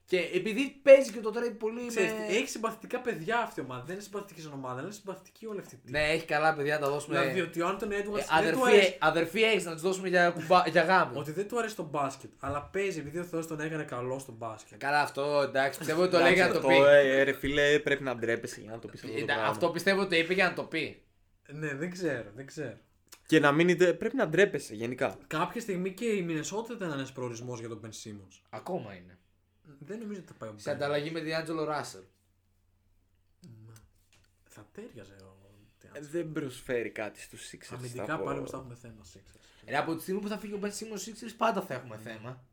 Speaker 4: Και επειδή παίζει και το τρέει πολύ. Με...
Speaker 3: Ξέρεις, Έχει συμπαθητικά παιδιά αυτή η ομάδα. Δεν είναι συμπαθητική σαν ομάδα, αλλά είναι συμπαθητική όλη αυτή τη.
Speaker 4: Ναι, έχει καλά παιδιά να τα δώσουμε.
Speaker 3: Δηλαδή ότι ο Άντων Έντουαρτ
Speaker 4: Ε,
Speaker 3: δεν του
Speaker 4: αδερφή,
Speaker 3: αρέσει.
Speaker 4: αδερφή έχεις να του δώσουμε για, κουμπά... για γάμο.
Speaker 3: Ότι δεν του αρέσει το μπάσκετ, αλλά παίζει επειδή ο Θεός τον έκανε καλό στο μπάσκετ.
Speaker 4: Καλά, αυτό εντάξει, πιστεύω ότι το λέει για να το πει.
Speaker 5: ε, ρε φίλε, πρέπει να ντρέπεσαι για να το πεις αυτό το
Speaker 4: Ε,
Speaker 5: πράγμα.
Speaker 4: Αυτό πιστεύω ότι το είπε για να το πει.
Speaker 3: Ναι, δεν ξέρω, δεν ξέρω.
Speaker 5: Και να μην είτε- πρέπει να ντρέπεσαι γενικά.
Speaker 3: Κάποια στιγμή και η Μινεσότα ήταν ένας προορισμός για τον Μπεν Σίμονς.
Speaker 4: Ακόμα είναι.
Speaker 3: Δεν νομίζω ότι θα πάει ο
Speaker 4: Σε
Speaker 3: Ben.
Speaker 4: ανταλλαγή με Διάντζελο Ράσελ.
Speaker 3: Θα τέριαζε ο
Speaker 5: Ε,
Speaker 3: Τιάντζελο.
Speaker 5: Δεν προσφέρει κάτι στους Sixers. θα
Speaker 3: Αμυντικά
Speaker 5: πω.
Speaker 3: πάλι όμως θα έχουμε θέμα Sixers.
Speaker 4: Ρε, Ε, από τη στιγμή που θα φύγει ο Ben Simmons Sixers πάντα θα έχουμε θέμα.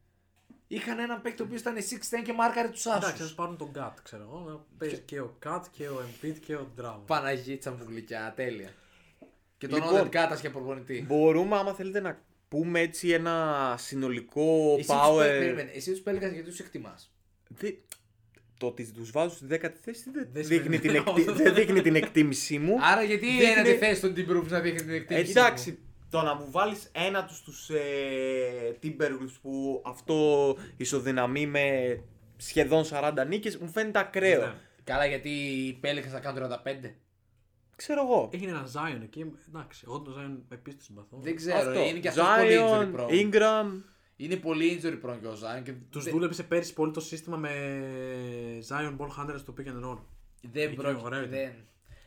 Speaker 4: Είχαν έναν παίκτη ο οποίος ήταν 6 και μάρκαρε τους
Speaker 3: Εντάξει,
Speaker 4: άσου.
Speaker 3: ας πάρουν τον Κατ, ξέρω εγώ. Να παίζει και ο Κατ και ο Embiid και ο Ντράμον.
Speaker 4: Παναγίτσα μου γλυκιά, τέλεια. Και τον
Speaker 5: Λοιπόν,
Speaker 4: Όδεν Κάτας για προπονητή.
Speaker 5: Μπορούμε, άμα θέλετε, να πούμε έτσι ένα συνολικό
Speaker 4: Εσύ τους πε-
Speaker 5: power.
Speaker 4: περίμενε, Εσύ τους Pelicans γιατί τους εκτιμάς.
Speaker 5: Δε- Το ότι τους βάζω στη δέκατη θέση δεν,
Speaker 3: Δεν
Speaker 5: δείχνει,
Speaker 3: σημαίνει
Speaker 5: την
Speaker 3: αυτό.
Speaker 5: εκτι- δεν δείχνει την εκτίμησή μου.
Speaker 4: Άρα γιατί
Speaker 5: Δείχνει-
Speaker 4: είναι τη θέσης των Team Proofs να δείχνει την εκτίμηση.
Speaker 5: Εντάξει, το να μου βάλεις ένα τους τους ε, Timberwolves που αυτό ισοδυναμεί με σχεδόν 40 νίκες μου φαίνεται ακραίο.
Speaker 3: Ναι.
Speaker 4: Καλά γιατί οι Pelicans θα κάνουν 35.
Speaker 5: Ξέρω εγώ.
Speaker 4: Ε,
Speaker 3: Έγινε ένα Zion εκεί. Εντάξει, εγώ τον Zion επίση τον συμπαθώ.
Speaker 4: Δεν ξέρω, ε,
Speaker 5: Αυτό.
Speaker 4: είναι και αυτός πολύ
Speaker 5: Zion,
Speaker 4: injury prone.
Speaker 5: Ingram.
Speaker 4: Είναι πολύ injury prone και ο Zion και
Speaker 3: Τους
Speaker 4: δεν-
Speaker 3: δούλεψε πέρυσι πολύ το σύστημα με Zion Ball Hunter στο pick and roll.
Speaker 4: Δεν
Speaker 3: Εκεί
Speaker 4: πρόκειται.
Speaker 3: ωραίο ήταν.
Speaker 4: Δεν...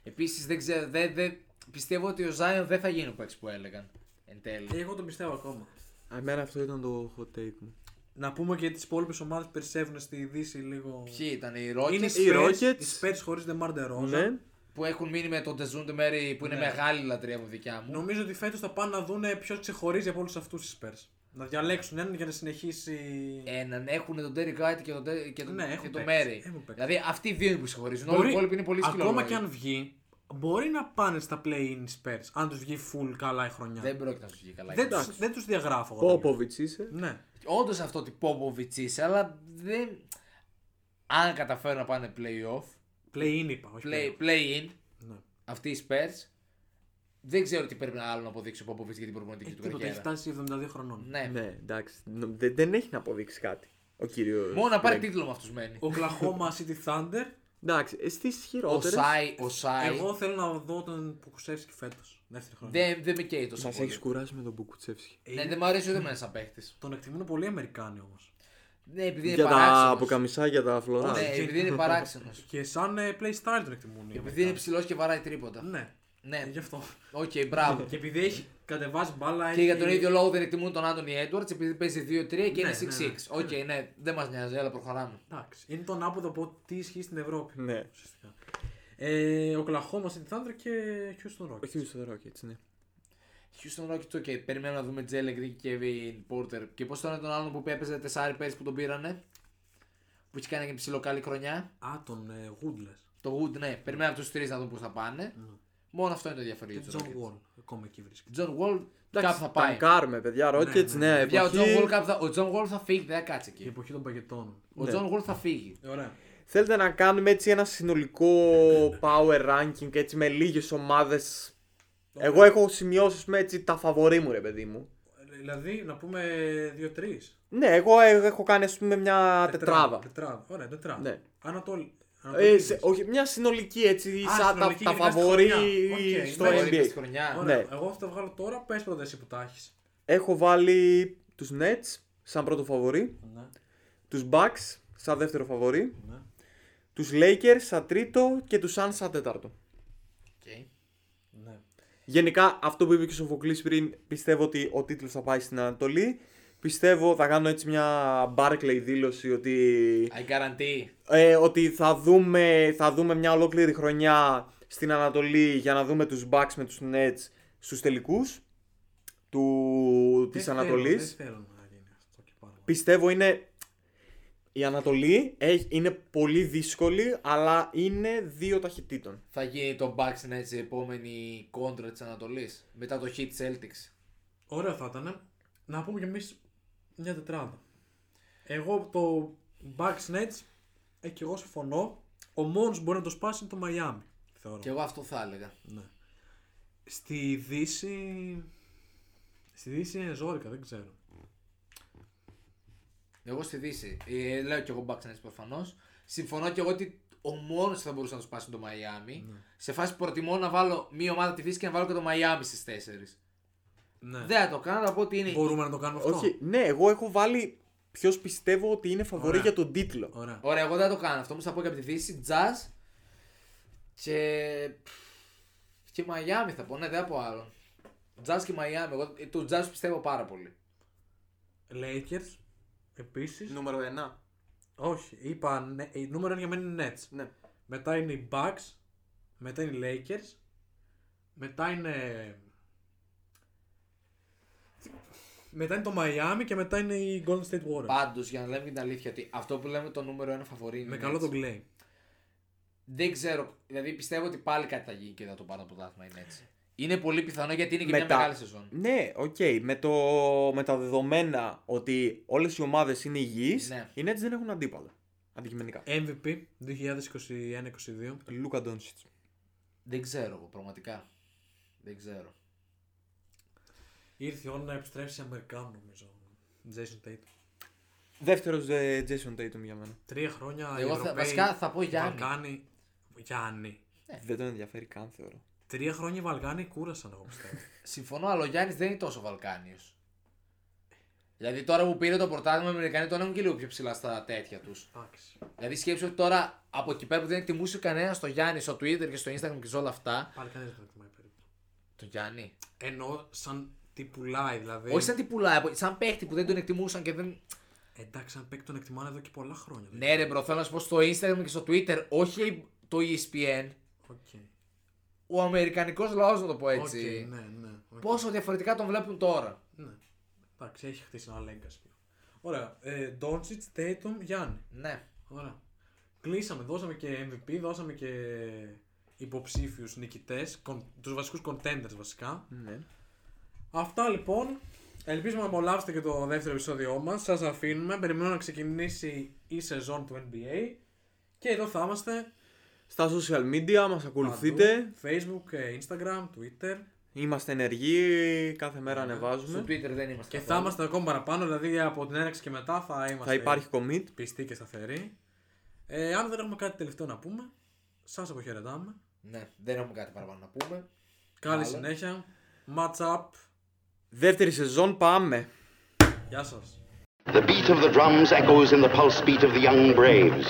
Speaker 4: Επίση δεν ξέρω. Δεν, δεν... Πιστεύω ότι ο Zion δεν θα γίνει ο παίκτης που έλεγαν εν
Speaker 5: Ε,
Speaker 4: τέλει.
Speaker 3: Ε, Εγώ τον πιστεύω ακόμα.
Speaker 5: Εμένα αυτό ήταν το hot take μου.
Speaker 3: Να πούμε και τις υπόλοιπες ομάδες περισσεύουν στη Δύση λίγο.
Speaker 4: Ποιοι ήταν οι Rockets
Speaker 3: Είναι οι
Speaker 5: οι Rockets.
Speaker 3: Rockets. Οι Spurs χωρίς Demar DeRozan.
Speaker 5: Ναι.
Speaker 4: που έχουν μείνει με τον Τεζούντε Μέρι που είναι μεγάλη λατρεία μου δικιά
Speaker 5: Ναι,
Speaker 4: μου.
Speaker 3: Νομίζω ότι φέτος θα πάνε να δουν ποιος ξεχωρίζει από όλους αυτούς του Spurs. Να διαλέξουν έναν για να συνεχίσει.
Speaker 4: Έναν έχουν τον Τέρι Γκάιτ και τον, Τε- και τον,
Speaker 3: Ναι, έχουν
Speaker 4: και τον
Speaker 3: παίκτες.
Speaker 4: Μέρι.
Speaker 3: Έχουν παίκτες.
Speaker 4: Δηλαδή αυτοί οι δύο είναι που συγχωρίζουν. Όλοι οι υπόλοιποι είναι πολύ σκυλό.
Speaker 3: Ακόμα και αν βγει, μπορεί να πάνε στα play-in Spurs. Αν τους βγει full καλά η χρονιά.
Speaker 4: Δεν πρόκειται να σου βγει καλά.
Speaker 3: δεν, τους, δεν τους διαγράφω. εγώ.
Speaker 5: Popovich είσαι.
Speaker 3: Ναι.
Speaker 4: Όντως αυτό ότι Πόποβιτ είσαι, αλλά δεν. Αν καταφέρουν να πάνε playoff,
Speaker 3: Play-in είπα. Όχι
Speaker 4: play,
Speaker 3: play-in.
Speaker 4: play-in,
Speaker 3: Ναι.
Speaker 4: αυτοί οι Spurs, δεν ξέρω τι πρέπει να άλλο να αποδείξει ο Πόποβιτ για την προπονητική
Speaker 3: Ε,
Speaker 4: του
Speaker 3: τίποτα, έχει
Speaker 4: καριέρα.
Speaker 3: φτάσει 72 χρονών.
Speaker 4: Ναι.
Speaker 5: Ναι, εντάξει. νο- δε- Δεν έχει να αποδείξει κάτι. ο κύριος.
Speaker 4: Μόνο να πάρει τίτλο με αυτούς μένει.
Speaker 3: Ναι. Ο Κλαχώμα City Thunder.
Speaker 5: Εντάξει, ε, στι
Speaker 4: Ο
Speaker 5: χειρότερε.
Speaker 4: Σάι, ο Σάι.
Speaker 3: Εγώ θέλω να δω τον Πουκουσεύσκι φέτος. Δεύτερη χρονιά.
Speaker 4: Δεν δεν με καίει τόσο
Speaker 5: Μα
Speaker 4: πολύ.
Speaker 5: έχεις κουράσει με τον Μπουκουτσεύσκι.
Speaker 3: Ε,
Speaker 4: Ναι, δεν μου αρέσει ούτε εμένα σαν παίχτη.
Speaker 3: Τον εκτιμούν πολύ Αμερικάνοι όμως.
Speaker 4: Ναι, επειδή είναι
Speaker 5: Για τα
Speaker 4: παράξενος.
Speaker 5: αποκαμισάκια, τα φλωρά.
Speaker 4: Ναι, επειδή είναι παράξενος.
Speaker 3: Και σαν ε, playstyle τον εκτιμούν. οι
Speaker 4: Επειδή είναι
Speaker 3: Αμερικάνοι.
Speaker 4: ψηλό και βαράει τρίποτα.
Speaker 3: Ναι,
Speaker 4: Ναι,
Speaker 3: γι' αυτό.
Speaker 4: οκ, μπράβο.
Speaker 3: Και επειδή έχει κατεβάσει μπάλα.
Speaker 4: Και
Speaker 3: έχει-
Speaker 4: για τον ίδιο λόγο δεν εκτιμούν τον Άντωνι Έντουαρτ επειδή παίζει 2-3 και
Speaker 3: Ναι,
Speaker 4: είναι
Speaker 3: ναι,
Speaker 4: 6-6.
Speaker 3: ναι.
Speaker 4: Οκ, ναι, δεν μας νοιάζει, αλλά προχωράμε.
Speaker 3: Εντάξει, είναι το ανάποδο από τι ισχύει στην Ευρώπη.
Speaker 5: Ναι.
Speaker 3: ουσιαστικά. Ε, ο Κλαχώμα City Thunder και Houston Rockets.
Speaker 5: Όχι στο Rockets, ναι.
Speaker 4: Houston Rockets, ok, περιμένουμε να δούμε Τζέλε Γκρίκ και Kevin Porter. Και πώς ήταν τον άλλον που έπαιζε 4 πέρσι που τον πήρανε. Που είχε κάνει και ψηλό καλή χρονιά.
Speaker 3: Α, τον ε, Woodless.
Speaker 4: Το Wood, ναι, περιμένουμε από τους τρεις να δουν πού θα πάνε. Μόνο αυτό είναι το ενδιαφέρον
Speaker 3: Και
Speaker 4: για τους
Speaker 3: John
Speaker 4: Rockets.
Speaker 3: Wall. Ακόμα εκεί βρίσκεται.
Speaker 4: John Wall κάπου θα πάει.
Speaker 5: Ταγκάρουμε, παιδιά. Rockets,
Speaker 3: ναι,
Speaker 5: ναι,
Speaker 4: Παιδιά, ο John Wall,
Speaker 5: εποχή.
Speaker 4: κάπου θα... ο John Wall θα φύγει, δεν θα κάτσει
Speaker 3: Η
Speaker 4: εκεί.
Speaker 3: εποχή των παγετών.
Speaker 4: Ο John Wall θα φύγει.
Speaker 3: Ωραία.
Speaker 5: Θέλετε να κάνουμε έτσι ένα συνολικό power ranking έτσι με λίγες ομάδες. Εγώ έχω σημειώσεις ας πούμε, έτσι τα φαβορή μου, ρε παιδί μου.
Speaker 3: Δηλαδή, να πούμε 2-3.
Speaker 5: Ναι, εγώ ε, έχω κάνει ας πούμε μια
Speaker 3: Τετράδα.
Speaker 5: τετράδα.
Speaker 3: Τετράδα. Ωραία, τετράδα.
Speaker 5: Ναι.
Speaker 3: Ανατολ...
Speaker 5: Ε, σε- όχι, μια συνολική έτσι,
Speaker 3: Α,
Speaker 5: σαν τα,
Speaker 3: συνολική
Speaker 5: τα
Speaker 3: γενικά στη
Speaker 5: φαβορή
Speaker 3: χρονιά. Οκ,
Speaker 5: στο
Speaker 3: ναι.
Speaker 4: Μπορεί
Speaker 5: NBA.
Speaker 4: στη χρονιά.
Speaker 3: Ωραία.
Speaker 5: ναι.
Speaker 3: Εγώ θα το βγάλω τώρα. Πες πρώτα εσύ που τα έχεις.
Speaker 5: Έχω βάλει τους Nets σαν πρώτο φαβορή,
Speaker 3: Ναι.
Speaker 5: τους Bucks σαν δεύτερο φαβορή,
Speaker 3: Ναι.
Speaker 5: τους Lakers σαν τρίτο και τους Suns σαν τέταρτο.
Speaker 4: Οκ.
Speaker 3: ναι.
Speaker 5: Γενικά, αυτό που είπε και ο Σοφοκλής πριν, πιστεύω ότι ο τίτλος θα πάει στην Ανατολή. Πιστεύω, θα κάνω έτσι μια Barclay δήλωση ότι,
Speaker 4: I guarantee.
Speaker 5: ε, ότι θα, δούμε, θα δούμε μια ολόκληρη χρονιά στην Ανατολή για να δούμε τους Bucks με τους Nets στους τελικούς του, της
Speaker 3: Δεν θέλω,
Speaker 5: Ανατολής.
Speaker 3: Δεν θέλω να γίνει αυτό και πάρα πολύ.
Speaker 5: Πιστεύω είναι... Η Ανατολή έχει- είναι πολύ δύσκολη, αλλά είναι δύο ταχυτήτων.
Speaker 4: Θα γίνει το Bucks Nets η επόμενη κόντρα της Ανατολής μετά το Heat Celtics.
Speaker 3: Ωραίο θα ήταν. Να πούμε κι εμείς μια τετράδα. Εγώ το Bucks Nets, ε, και εγώ συμφωνώ. Ο μόνο που μπορεί να το σπάσει είναι το Miami. Θεωρώ.
Speaker 4: Και εγώ αυτό θα έλεγα.
Speaker 3: Στη Δύση. Στη Δύση είναι ζόρικα, δεν ξέρω.
Speaker 4: Εγώ στη Δύση. Ε, λέω και εγώ Bucks Nets προφανώς. Συμφωνώ και εγώ ότι ο μόνος που θα μπορούσε να το σπάσει είναι το Miami. Σε φάση που προτιμώ να βάλω μία ομάδα τη Δύση και να βάλω και το Miami στις 4.
Speaker 3: Ναι.
Speaker 4: Δεν θα το κάνω να πω ότι είναι.
Speaker 3: Μπορούμε να το κάνουμε αυτό.
Speaker 5: Όχι, ναι, εγώ έχω βάλει ποιος πιστεύω ότι είναι φαβορή
Speaker 3: Ωραία.
Speaker 5: για τον τίτλο.
Speaker 3: Ωραία.
Speaker 4: Ωραία, εγώ δεν θα το κάνω αυτό. Όμως θα πω και από τη Δύση, Jazz και. και Miami θα πω. Ναι, δεν θα πω άλλον. Jazz και Miami. Εγώ ε, το Jazz πιστεύω πάρα πολύ.
Speaker 3: Lakers. Επίσης.
Speaker 5: Νούμερο 1.
Speaker 3: Όχι, είπα. Ναι, η νούμερο ένα για μένα είναι Nets.
Speaker 5: Ναι.
Speaker 3: Μετά είναι οι Bucks. Μετά είναι οι Lakers. Μετά είναι. Μετά είναι το Miami και μετά είναι η Golden State Warriors.
Speaker 4: Πάντως, για να λέμε και την αλήθεια, ότι αυτό που λέμε το νούμερο ένα φαβορή είναι.
Speaker 3: Με
Speaker 4: η
Speaker 3: καλό
Speaker 4: Nets.
Speaker 3: τον Clay.
Speaker 4: Δεν ξέρω. Δηλαδή πιστεύω ότι πάλι κάτι θα γίνει και θα το πάρει το πρωτάθλημα είναι έτσι. Είναι πολύ πιθανό γιατί είναι και
Speaker 5: Μετά.
Speaker 4: μια μεγάλη σεζόν.
Speaker 5: Ναι, οκ. Με, το... με τα δεδομένα ότι όλες οι ομάδες είναι υγιείς,
Speaker 4: Ναι.
Speaker 5: οι Nets δεν έχουν αντίπαλο. Αντικειμενικά.
Speaker 3: MVP 2021-22.
Speaker 5: Λούκα Ντόνσιτ.
Speaker 4: Δεν ξέρω εγώ, πραγματικά. Δεν ξέρω.
Speaker 3: Ήρθε η ώρα να επιστρέψει Αμερικάνο νομίζω. Jason Tatum.
Speaker 5: Δεύτερος ε, Jason Tatum για μένα.
Speaker 3: Τρία χρόνια. οι
Speaker 4: Εγώ θα-
Speaker 3: Ευρωπαίοι,
Speaker 4: βασικά θα πω
Speaker 3: οι
Speaker 4: Γιάννη.
Speaker 3: Βαλκάνοι. Γιάννη.
Speaker 5: Δεν τον ενδιαφέρει καν, θεωρώ.
Speaker 3: Τρία χρόνια οι Βαλκάνοι κούρασαν, εγώ πιστεύω.
Speaker 4: Συμφωνώ, αλλά ο Γιάννης δεν είναι τόσο Βαλκάνιος. Δηλαδή τώρα που πήρε το πρωτάθλημα, οι Αμερικανοί τον έχουν και λίγο πιο ψηλά στα τέτοια τους.
Speaker 3: Εντάξει.
Speaker 4: Δηλαδή σκέψου ότι τώρα από εκεί πέρα που δεν εκτιμούσε κανένα το Γιάννη στο Twitter και στο Instagram και σε όλα αυτά.
Speaker 3: Πάλι κανένας δεν εκτιμάει περίπου.
Speaker 4: Το Γιάννη.
Speaker 3: Ενώ σαν τι πουλάει, δηλαδή.
Speaker 4: Όχι σαν τι πουλάει, σαν παίχτη που δεν τον εκτιμούσαν και δεν.
Speaker 3: Εντάξει, σαν παίκτη τον εκτιμάνε εδώ και πολλά χρόνια. δηλαδή.
Speaker 4: Ναι, ρε μπρο, θέλω να σου πω στο Instagram και στο Twitter, όχι το E ESPN,
Speaker 3: Okay.
Speaker 4: ο Αμερικανικός λαός, να το πω έτσι.
Speaker 3: Okay, ναι, ναι. οκ.
Speaker 4: Πόσο διαφορετικά τον βλέπουν τώρα.
Speaker 3: ναι. Εντάξει, έχει χτίσει ένα λέγκας. Ωραία. Ε, Doncic, Tatum, Γιάννη.
Speaker 4: Ναι.
Speaker 3: Ωραία. Κλείσαμε, δώσαμε και MVP, δώσαμε και υποψήφιους νικητές, κον, τους βασικούς contenders βασικά.
Speaker 5: Ναι.
Speaker 3: Αυτά λοιπόν. Ελπίζουμε να απολαύσετε και το δεύτερο επεισόδιό μας. Σας αφήνουμε. Περιμένουμε να ξεκινήσει η σεζόν του NBA. Και εδώ θα είμαστε.
Speaker 5: Στα social media μας ακολουθείτε.
Speaker 3: παντού. Facebook, ε, Instagram, Twitter.
Speaker 5: Είμαστε ενεργοί, κάθε μέρα
Speaker 4: Στο
Speaker 5: ανεβάζουμε.
Speaker 4: Twitter δεν είμαστε.
Speaker 3: Ναι. Και θα είμαστε ακόμα παραπάνω, δηλαδή από την έναρξη και μετά θα είμαστε
Speaker 5: Θα υπάρχει commit.
Speaker 3: πιστοί και σταθεροί. Ε, αν δεν έχουμε κάτι τελευταίο να πούμε, σας αποχαιρετάμε.
Speaker 4: Ναι, δεν έχουμε κάτι παραπάνω να πούμε.
Speaker 3: Καλή
Speaker 4: Μάλλον.
Speaker 3: συνέχεια. Match up.
Speaker 5: Δεύτερη σεζόν πάμε.
Speaker 3: Γεια σας.
Speaker 1: The beat of the drums echoes in the pulse beat of the young braves.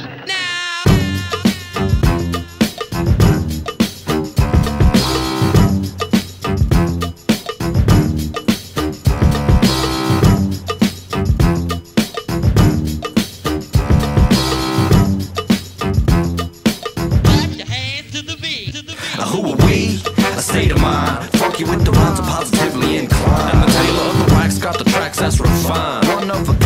Speaker 2: Who are we? A state of mind. Funky with the rhymes, I'm positively inclined. I'm the tailor of the racks, got the tracks that's refined. One of a